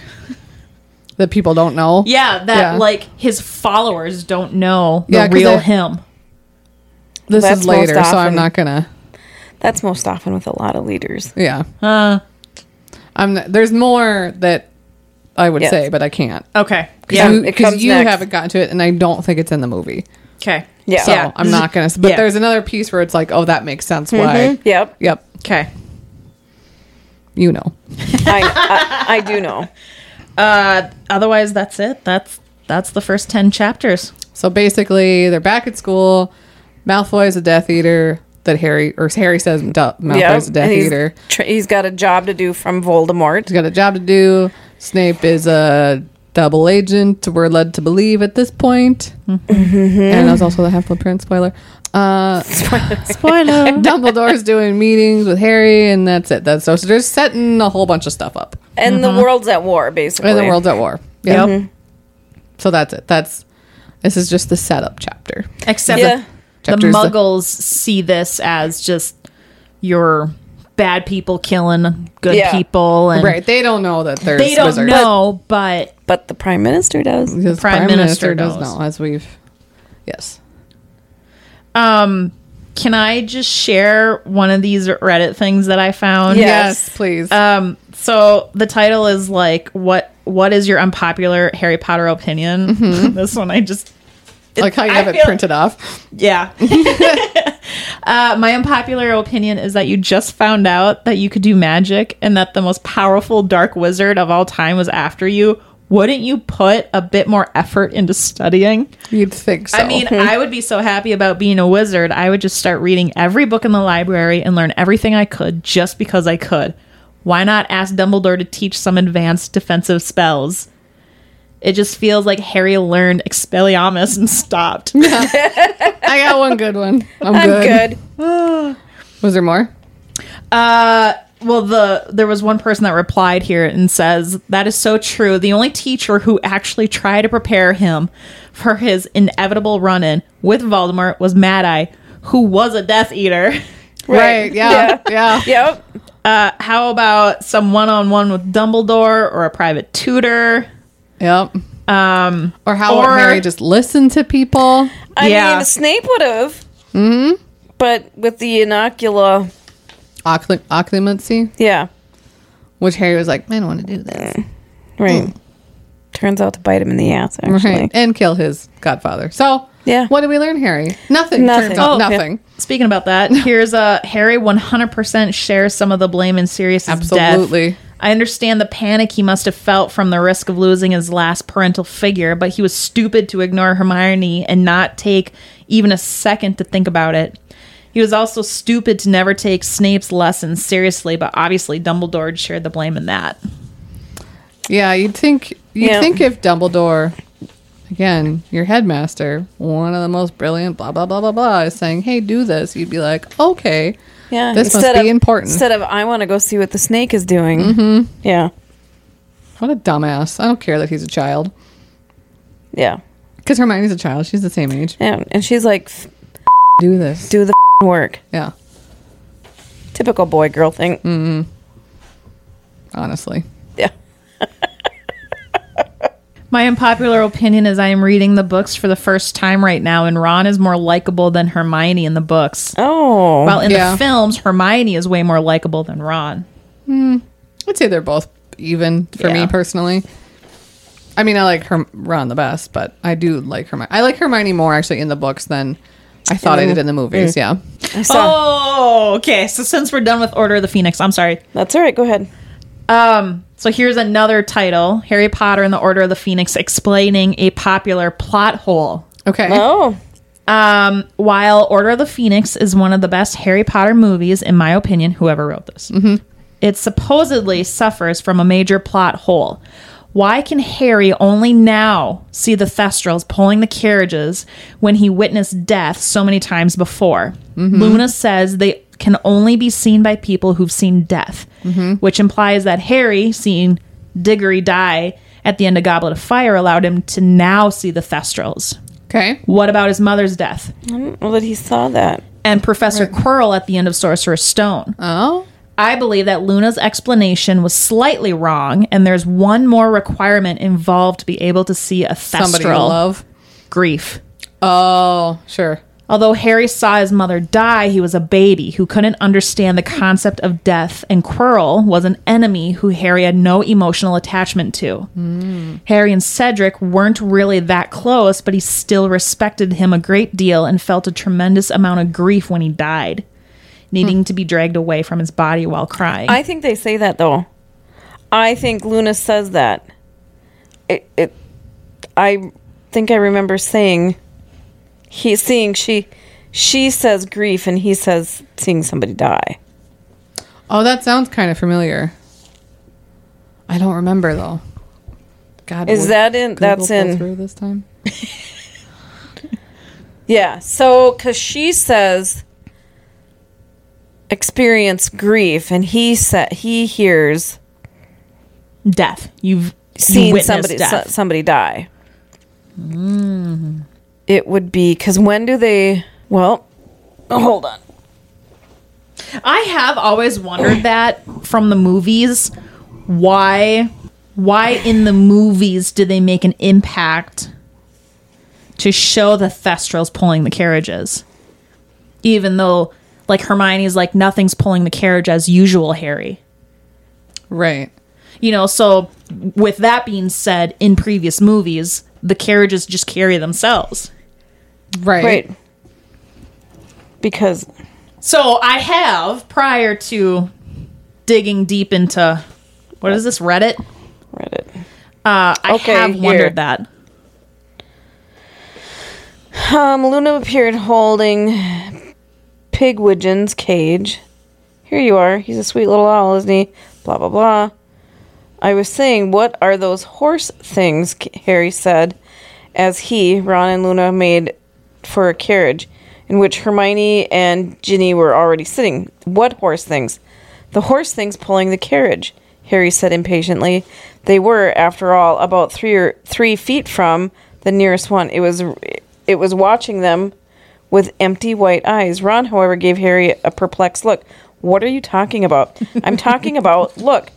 [SPEAKER 2] that people don't know.
[SPEAKER 1] Yeah, that
[SPEAKER 2] Yeah.
[SPEAKER 1] like his followers don't know the
[SPEAKER 2] Yeah, 'cause
[SPEAKER 1] real
[SPEAKER 2] I-
[SPEAKER 1] him.
[SPEAKER 2] this
[SPEAKER 3] That's
[SPEAKER 2] is
[SPEAKER 3] most
[SPEAKER 2] later, so
[SPEAKER 3] often-
[SPEAKER 2] I'm not gonna.
[SPEAKER 3] That's most often with a lot of leaders.
[SPEAKER 2] Yeah,
[SPEAKER 1] Uh,
[SPEAKER 2] I'm. Not, there's more that I would
[SPEAKER 3] Yes.
[SPEAKER 2] say, but I can't.
[SPEAKER 1] okay. Mm-hmm.
[SPEAKER 3] Yeah,
[SPEAKER 1] Yeah.
[SPEAKER 3] it comes
[SPEAKER 2] because you,
[SPEAKER 3] next.
[SPEAKER 2] haven't gotten to it, and I don't think it's in the movie.
[SPEAKER 1] Okay.
[SPEAKER 3] Yeah.
[SPEAKER 2] So
[SPEAKER 1] Yeah.
[SPEAKER 2] I'm not gonna. But
[SPEAKER 1] Yeah.
[SPEAKER 2] there's another piece where it's like, oh, that makes sense. Why?
[SPEAKER 3] Yep.
[SPEAKER 2] Yep.
[SPEAKER 1] Okay.
[SPEAKER 2] You know.
[SPEAKER 3] I, I I do know.
[SPEAKER 1] Uh, otherwise, that's it. That's that's the first ten chapters.
[SPEAKER 2] So basically, they're back at school. Malfoy's a Death Eater. that Harry or Harry says Mal- Malfoy's a Death
[SPEAKER 3] and he's,
[SPEAKER 2] Eater.
[SPEAKER 3] tr- he's got a job to do from Voldemort.
[SPEAKER 2] He's got a job to do. Snape is a double agent. We're led to believe at this point.
[SPEAKER 3] Mm-hmm.
[SPEAKER 2] And I was also the Half-Blood Prince spoiler. Uh, spoiler. Dumbledore's doing meetings with Harry, and that's it. That's so, so they're setting a whole bunch of stuff up.
[SPEAKER 3] And the world's at war, basically.
[SPEAKER 2] Mm-hmm. And the world's at war. Yeah. So that's it. That's this is just the setup chapter.
[SPEAKER 1] Except
[SPEAKER 3] Yeah.
[SPEAKER 1] the, the
[SPEAKER 2] Chapters that-
[SPEAKER 1] muggles see this as just your bad people killing good
[SPEAKER 3] Yeah.
[SPEAKER 1] people and
[SPEAKER 2] right. They don't know that there's
[SPEAKER 1] they don't
[SPEAKER 2] wizards.
[SPEAKER 1] know, but
[SPEAKER 3] But the prime minister does.
[SPEAKER 2] Because
[SPEAKER 1] Prime Minister
[SPEAKER 2] does
[SPEAKER 1] knows.
[SPEAKER 2] know, as we've yes.
[SPEAKER 1] um can I just share one of these Reddit things that I found?
[SPEAKER 3] Yeah.
[SPEAKER 2] Yes,
[SPEAKER 3] Yes.
[SPEAKER 2] please.
[SPEAKER 1] Um, so the title is like what what is your unpopular Harry Potter opinion?
[SPEAKER 3] Mm-hmm.
[SPEAKER 1] this one I just
[SPEAKER 2] like how you
[SPEAKER 1] I
[SPEAKER 2] have it
[SPEAKER 1] feel-
[SPEAKER 2] printed off.
[SPEAKER 1] yeah. uh, my unpopular opinion is that you just found out that you could do magic and that the most powerful dark wizard of all time was after you. Wouldn't you put a bit more effort into studying?
[SPEAKER 2] You'd think so.
[SPEAKER 1] I mean, I would be so happy about being a wizard. I would just start reading every book in the library and learn everything I could just because I could. Why not ask Dumbledore to teach some advanced defensive spells? It just feels like Harry learned Expelliarmus and stopped.
[SPEAKER 2] I got one good one. I'm,
[SPEAKER 3] I'm
[SPEAKER 2] good.
[SPEAKER 3] good.
[SPEAKER 2] Was there more?
[SPEAKER 1] Uh, well, the there was one person that replied here and says that is so true. The only teacher who actually tried to prepare him for his inevitable run-in with Voldemort was Mad Eye, who was a Death Eater.
[SPEAKER 2] Right. Yeah. Yeah.
[SPEAKER 3] Yep.
[SPEAKER 1] Uh, how about some one-on-one with Dumbledore or a private tutor?
[SPEAKER 2] Yep.
[SPEAKER 1] Um,
[SPEAKER 2] Or how
[SPEAKER 1] Or-
[SPEAKER 2] Harry just listened to people.
[SPEAKER 3] I
[SPEAKER 1] Yeah.
[SPEAKER 3] mean, Snape would have. Mm-hmm. But with the inocula,
[SPEAKER 2] Occlu- Occlumency,
[SPEAKER 3] yeah,
[SPEAKER 2] which Harry was like, I don't want to do this.
[SPEAKER 3] right. Turns out to bite him in the ass. Actually,
[SPEAKER 2] Mm. Right. And kill his godfather. So,
[SPEAKER 3] Yeah.
[SPEAKER 2] What did we learn, Harry? Nothing.
[SPEAKER 3] Nothing.
[SPEAKER 2] Turns out
[SPEAKER 3] Oh, yeah.
[SPEAKER 2] nothing.
[SPEAKER 1] speaking about that, here's a Harry 100% shares some of the blame in Sirius's death.
[SPEAKER 2] Absolutely.
[SPEAKER 1] I understand the panic he must have felt from the risk of losing his last parental figure, but he was stupid to ignore Hermione and not take even a second to think about it. He was also stupid to never take Snape's lessons seriously, but obviously Dumbledore shared the blame in that.
[SPEAKER 2] Yeah. You'd think, you'd
[SPEAKER 3] Yeah.
[SPEAKER 2] think if Dumbledore, again, your headmaster, one of the most brilliant, blah, blah, blah, blah, blah, is saying, hey, do this, you'd be like, okay.
[SPEAKER 3] Yeah.
[SPEAKER 2] This must
[SPEAKER 3] Instead
[SPEAKER 2] be
[SPEAKER 3] of-
[SPEAKER 2] important.
[SPEAKER 3] Instead of I want to go see what the snake is doing. Mm-hmm. Yeah.
[SPEAKER 2] What a dumbass. I don't care that he's a child.
[SPEAKER 3] Yeah.
[SPEAKER 2] Because Hermione's a child. She's the same age.
[SPEAKER 3] Yeah. And she's like, "F-
[SPEAKER 2] Do this.
[SPEAKER 3] do the f- work.
[SPEAKER 2] Yeah.
[SPEAKER 3] Typical boy girl thing.
[SPEAKER 2] Mm. Honestly.
[SPEAKER 3] Yeah.
[SPEAKER 1] My unpopular opinion is I am reading the books for the first time right now, and Ron is more likable than Hermione in the books.
[SPEAKER 3] Oh.
[SPEAKER 1] While in
[SPEAKER 2] Yeah.
[SPEAKER 1] the films, Hermione is way more likable than Ron.
[SPEAKER 2] I'd say they're both even for
[SPEAKER 1] Yeah.
[SPEAKER 2] me personally. I mean, I like Herm- Ron the best, but I do like Hermione. I like Hermione more actually in the books than I thought I did in the movies. Yeah.
[SPEAKER 3] I saw.
[SPEAKER 1] Oh, okay. So since we're done with Order of the Phoenix, I'm sorry.
[SPEAKER 3] That's all right. Go ahead.
[SPEAKER 1] Um, so here's another title: Harry Potter and the Order of the Phoenix, explaining a popular plot hole.
[SPEAKER 2] Okay.
[SPEAKER 3] Oh.
[SPEAKER 1] Um, while Order of the Phoenix is one of the best Harry Potter movies, in my opinion, whoever wrote this, it supposedly suffers from a major plot hole. Why can Harry only now see the Thestrals pulling the carriages when he witnessed death so many times before? Luna says they can only be seen by people who've seen death, which implies that Harry, seeing Diggory die at the end of Goblet of Fire, allowed him to now see the Thestrals.
[SPEAKER 2] Okay.
[SPEAKER 1] What about his mother's death?
[SPEAKER 3] Well, that he saw that.
[SPEAKER 1] and Professor Quirrell at the end of Sorcerer's Stone.
[SPEAKER 2] Oh.
[SPEAKER 1] I believe that Luna's explanation was slightly wrong, and there's one more requirement involved to be able to see a
[SPEAKER 2] Somebody you
[SPEAKER 1] thestral
[SPEAKER 2] love.
[SPEAKER 1] grief.
[SPEAKER 2] Oh, sure.
[SPEAKER 1] Although Harry saw his mother die, he was a baby who couldn't understand the concept of death, and Quirrell was an enemy who Harry had no emotional attachment to. Harry and Cedric weren't really that close, but he still respected him a great deal and felt a tremendous amount of grief when he died, needing to be dragged away from his body while crying.
[SPEAKER 3] I think they say that though. I think Luna says that. It, it I think I remember saying he seeing she she says grief and he says seeing somebody die.
[SPEAKER 2] Oh, that sounds kind of familiar. I don't remember though. God,
[SPEAKER 3] Is
[SPEAKER 2] would
[SPEAKER 3] that in-
[SPEAKER 2] Google
[SPEAKER 3] that's
[SPEAKER 2] pull
[SPEAKER 3] in-
[SPEAKER 2] through this time?
[SPEAKER 3] Yeah. So, because she says experience grief, and he said he hears
[SPEAKER 1] Death. You've you
[SPEAKER 3] seen
[SPEAKER 1] witnessed
[SPEAKER 3] somebody
[SPEAKER 1] death. Mm-hmm.
[SPEAKER 3] so- somebody die. It would be because when do they? Well, oh, hold on.
[SPEAKER 1] I have always wondered that from the movies why why in the movies did they make an impact to show the Thestrals pulling the carriages? Even though like Hermione's like nothing's pulling the carriage as usual, Harry.
[SPEAKER 2] Right.
[SPEAKER 1] You know, so with that being said, in previous movies, the carriages just carry themselves.
[SPEAKER 2] Right.
[SPEAKER 3] Wait, because
[SPEAKER 1] So I have prior to digging deep into what is this Reddit?
[SPEAKER 3] Reddit.
[SPEAKER 1] Uh, I
[SPEAKER 3] Okay,
[SPEAKER 1] have
[SPEAKER 3] here.
[SPEAKER 1] wondered that.
[SPEAKER 3] Um, Luna appeared holding Pigwidgeon's cage. Here you are. He's a sweet little owl, isn't he? Blah, blah, blah. I was saying, what are those horse things? K- Harry said as he, Ron, and Luna made for a carriage in which Hermione and Ginny were already sitting. What horse things? The horse things pulling the carriage, Harry said impatiently. They were, after all, about three or three feet from the nearest one. It was it was watching them with empty white eyes. Ron, however, gave Harry a perplexed look. What are you talking about? I'm talking about look.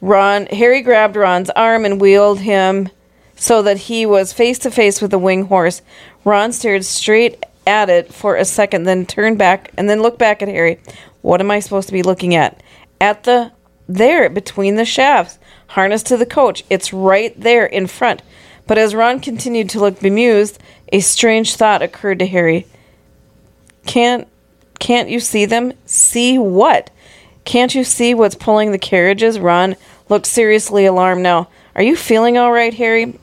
[SPEAKER 3] Ron Harry grabbed Ron's arm and wheeled him so that he was face to face with the winged horse. Ron stared straight at it for a second, then turned back and then looked back at Harry. What am I supposed to be looking at? At the there, between the shafts, harnessed to the coach. It's right there in front. But as Ron continued to look bemused, a strange thought occurred to Harry. Can't can't you see them? See what? Can't you see what's pulling the carriages? Ron looked seriously alarmed now. Are you feeling all right, Harry?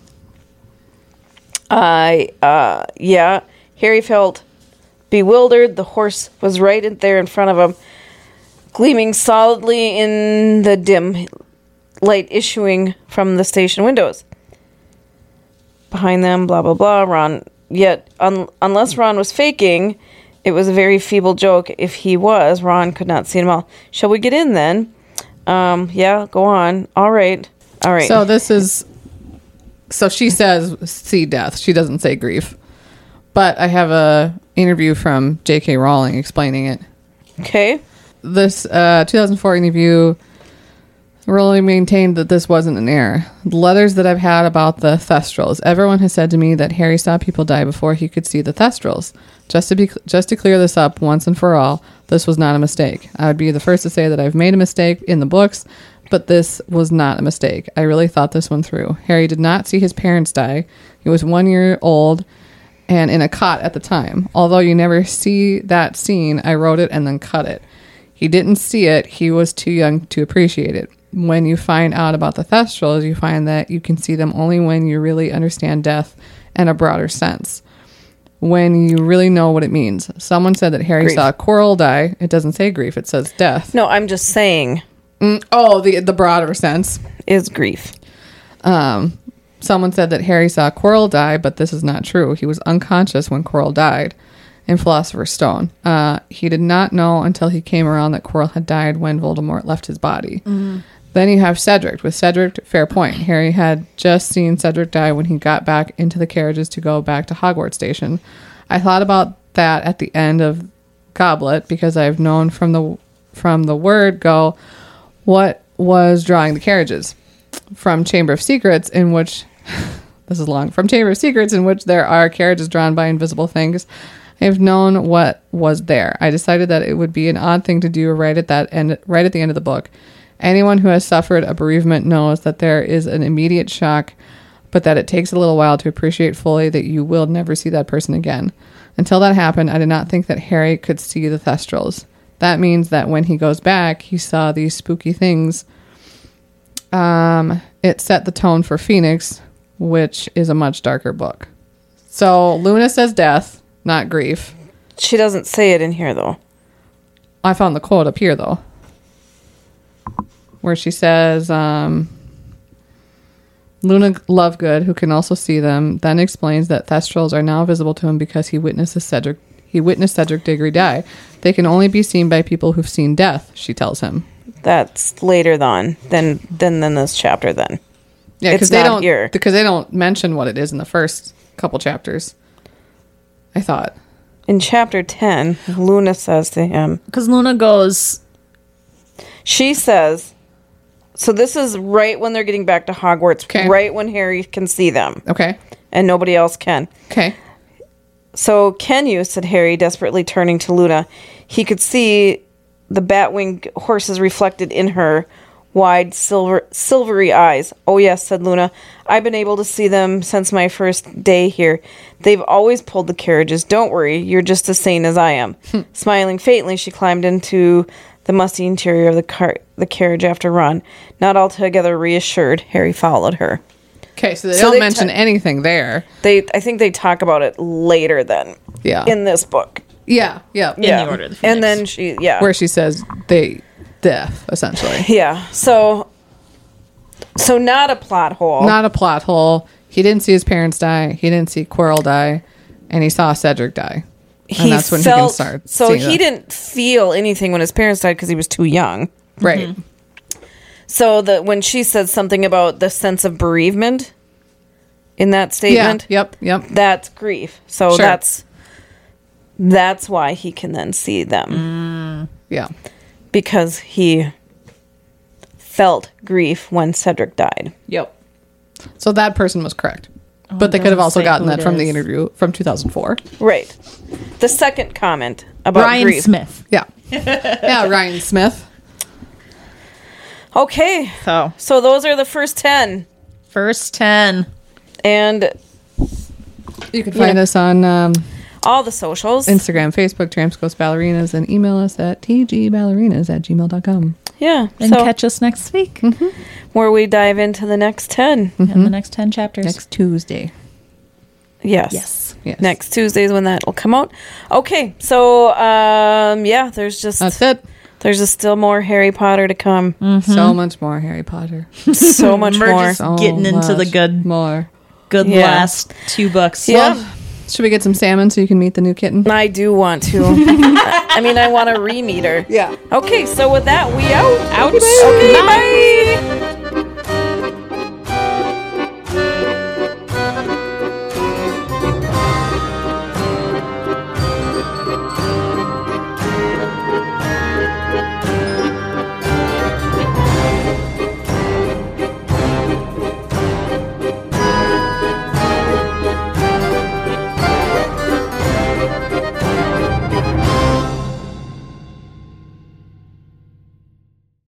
[SPEAKER 3] I uh yeah. Harry felt bewildered. The horse was right in there in front of him, gleaming solidly in the dim light issuing from the station windows behind them, blah blah blah. Ron, yet un- unless Ron was faking, it was a very feeble joke. If he was, Ron could not see him all. Shall we get in then? Um, yeah, go on. All right, all right.
[SPEAKER 2] So this is. So she says see death. She doesn't say grief. But I have a interview from J.K. Rowling explaining it.
[SPEAKER 3] okay,
[SPEAKER 2] this uh, 2004 interview really maintained that this wasn't an error. The letters that I've had about the Thestrals, everyone has said to me that Harry saw people die before he could see the Thestrals. Just to be just to clear this up once and for all, this was not a mistake. I would be the first to say that I've made a mistake in the books, but this was not a mistake. I really thought this one through. Harry did not see his parents die. He was 1 year old and in a cot at the time. Although you never see that scene, I wrote it and then cut it. He didn't see it, he was too young to appreciate it. When you find out about the Thestrals, you find that you can see them only when you really understand death in a broader sense. When you really know what it means. Someone said that Harry
[SPEAKER 3] Grief.
[SPEAKER 2] saw Coral die. It doesn't say grief, it says death.
[SPEAKER 3] no, I'm just saying,
[SPEAKER 2] Mm, oh, the the broader sense.
[SPEAKER 3] is grief.
[SPEAKER 2] Um, someone said that Harry saw Quirrell die, but this is not true. He was unconscious when Quirrell died in Philosopher's Stone. Uh, he did not know until he came around that Quirrell had died when Voldemort left his body. Then you have Cedric. With Cedric, fair point. Harry had just seen Cedric die when he got back into the carriages to go back to Hogwarts Station. I thought about that at the end of Goblet because I've known from the from the word go what was drawing the carriages from Chamber of Secrets, in which this is long from Chamber of Secrets, in which there are carriages drawn by invisible things. I've known what was there. I decided that it would be an odd thing to do right at that end, right at the end of the book. Anyone who has suffered a bereavement knows that there is an immediate shock, but that it takes a little while to appreciate fully that you will never see that person again. Until that happened, I did not think that Harry could see the Thestrals. That means that when he goes back, he saw these spooky things um, it set the tone for Phoenix, which is a much darker book. So Luna says death, not grief.
[SPEAKER 3] She doesn't say it in here though.
[SPEAKER 2] I found the quote up here though, where she says, um, "Luna Lovegood, who can also see them, then explains that Thestrals are now visible to him because he witnesses Cedric. He witnessed Cedric Diggory die. They can only be seen by people who've seen death." She tells him.
[SPEAKER 3] That's later on than than than this chapter then.
[SPEAKER 2] Yeah,
[SPEAKER 3] It's
[SPEAKER 2] because they
[SPEAKER 3] not
[SPEAKER 2] don't
[SPEAKER 3] here.
[SPEAKER 2] because they don't mention what it is in the first couple chapters. I thought.
[SPEAKER 3] In chapter 10, Luna says to him,
[SPEAKER 1] Because Luna goes,
[SPEAKER 3] she says, so this is right when they're getting back to Hogwarts,
[SPEAKER 2] Okay.
[SPEAKER 3] right when Harry can see them
[SPEAKER 2] Okay.
[SPEAKER 3] and nobody else can.
[SPEAKER 2] Okay.
[SPEAKER 3] So can you, said Harry, desperately turning to Luna. He could see the batwing horses reflected in her wide silver silvery eyes. Oh yes, said Luna. I've been able to see them since my first day here. They've always pulled the carriages. Don't worry, you're just as sane as I am. Smiling faintly, she climbed into the musty interior of the car the carriage after Ron. Not altogether reassured, Harry followed her.
[SPEAKER 2] Okay. So they
[SPEAKER 3] So
[SPEAKER 2] don't
[SPEAKER 3] they
[SPEAKER 2] mention
[SPEAKER 3] t-
[SPEAKER 2] anything there.
[SPEAKER 3] They I think they talk about it later then.
[SPEAKER 2] Yeah.
[SPEAKER 3] In this book.
[SPEAKER 2] yeah. Yeah.
[SPEAKER 1] Yeah. the order of the Phoenix.
[SPEAKER 3] and then she, yeah,
[SPEAKER 2] Where she says they death essentially.
[SPEAKER 3] yeah. So, so not a plot hole.
[SPEAKER 2] Not a plot hole. He didn't see his parents die. He didn't see Quirrell die, and he saw Cedric die.
[SPEAKER 3] he
[SPEAKER 2] and that's when he can
[SPEAKER 3] felt-
[SPEAKER 2] start.
[SPEAKER 3] So
[SPEAKER 2] seeing
[SPEAKER 3] he
[SPEAKER 2] that.
[SPEAKER 3] didn't feel anything when his parents died because he was too young.
[SPEAKER 2] Right.
[SPEAKER 3] Mm-hmm. So that when she said something about the sense of bereavement in that
[SPEAKER 2] Yeah.
[SPEAKER 3] statement,
[SPEAKER 2] Yep. Yep.
[SPEAKER 3] that's grief. So
[SPEAKER 2] Sure.
[SPEAKER 3] that's that's why he can then see them
[SPEAKER 2] Yeah.
[SPEAKER 1] Mm.
[SPEAKER 3] because he felt grief when Cedric died.
[SPEAKER 1] Yep.
[SPEAKER 2] So that person was correct, but
[SPEAKER 3] Oh,
[SPEAKER 1] it
[SPEAKER 2] they could have
[SPEAKER 1] doesn't
[SPEAKER 2] also
[SPEAKER 1] say
[SPEAKER 2] gotten
[SPEAKER 1] who
[SPEAKER 2] that
[SPEAKER 1] it
[SPEAKER 2] from the
[SPEAKER 1] is.
[SPEAKER 2] interview from 2004.
[SPEAKER 3] Right. The second comment about
[SPEAKER 1] Brian
[SPEAKER 3] grief.
[SPEAKER 1] Smith.
[SPEAKER 2] Yeah. yeah. Ryan Smith.
[SPEAKER 3] Okay.
[SPEAKER 1] So
[SPEAKER 3] So those are the first 10.
[SPEAKER 1] first ten.
[SPEAKER 3] And
[SPEAKER 2] You can find us on um,
[SPEAKER 3] all the socials.
[SPEAKER 2] Instagram, Facebook, Tramps Ghost Ballerinas, and email us at tgballerinas at gmail.com.
[SPEAKER 3] yeah.
[SPEAKER 1] And
[SPEAKER 3] so Mm-hmm.
[SPEAKER 1] catch us next week
[SPEAKER 3] where we dive into the next 10.
[SPEAKER 1] in the next ten chapters.
[SPEAKER 2] Tuesday.
[SPEAKER 3] Yes.
[SPEAKER 1] yes.
[SPEAKER 2] Yes.
[SPEAKER 3] Next Tuesdays when that will come out. Okay. So um yeah, there's just
[SPEAKER 2] That's it.
[SPEAKER 3] there's just still more Harry Potter to come.
[SPEAKER 2] So much more Harry Potter.
[SPEAKER 3] So much
[SPEAKER 1] We're
[SPEAKER 3] more.
[SPEAKER 1] just-
[SPEAKER 2] So
[SPEAKER 1] Getting into the
[SPEAKER 2] much
[SPEAKER 1] good-
[SPEAKER 2] More.
[SPEAKER 1] Good
[SPEAKER 3] Yeah.
[SPEAKER 1] last two books.
[SPEAKER 3] Yeah.
[SPEAKER 2] Well, should we get some salmon so you can meet the new kitten?
[SPEAKER 3] I do want to. I mean, I want to re-meet her.
[SPEAKER 2] Yeah.
[SPEAKER 3] Okay, so with that, we out. Out.
[SPEAKER 2] Okey-dokey.
[SPEAKER 3] Okay, bye.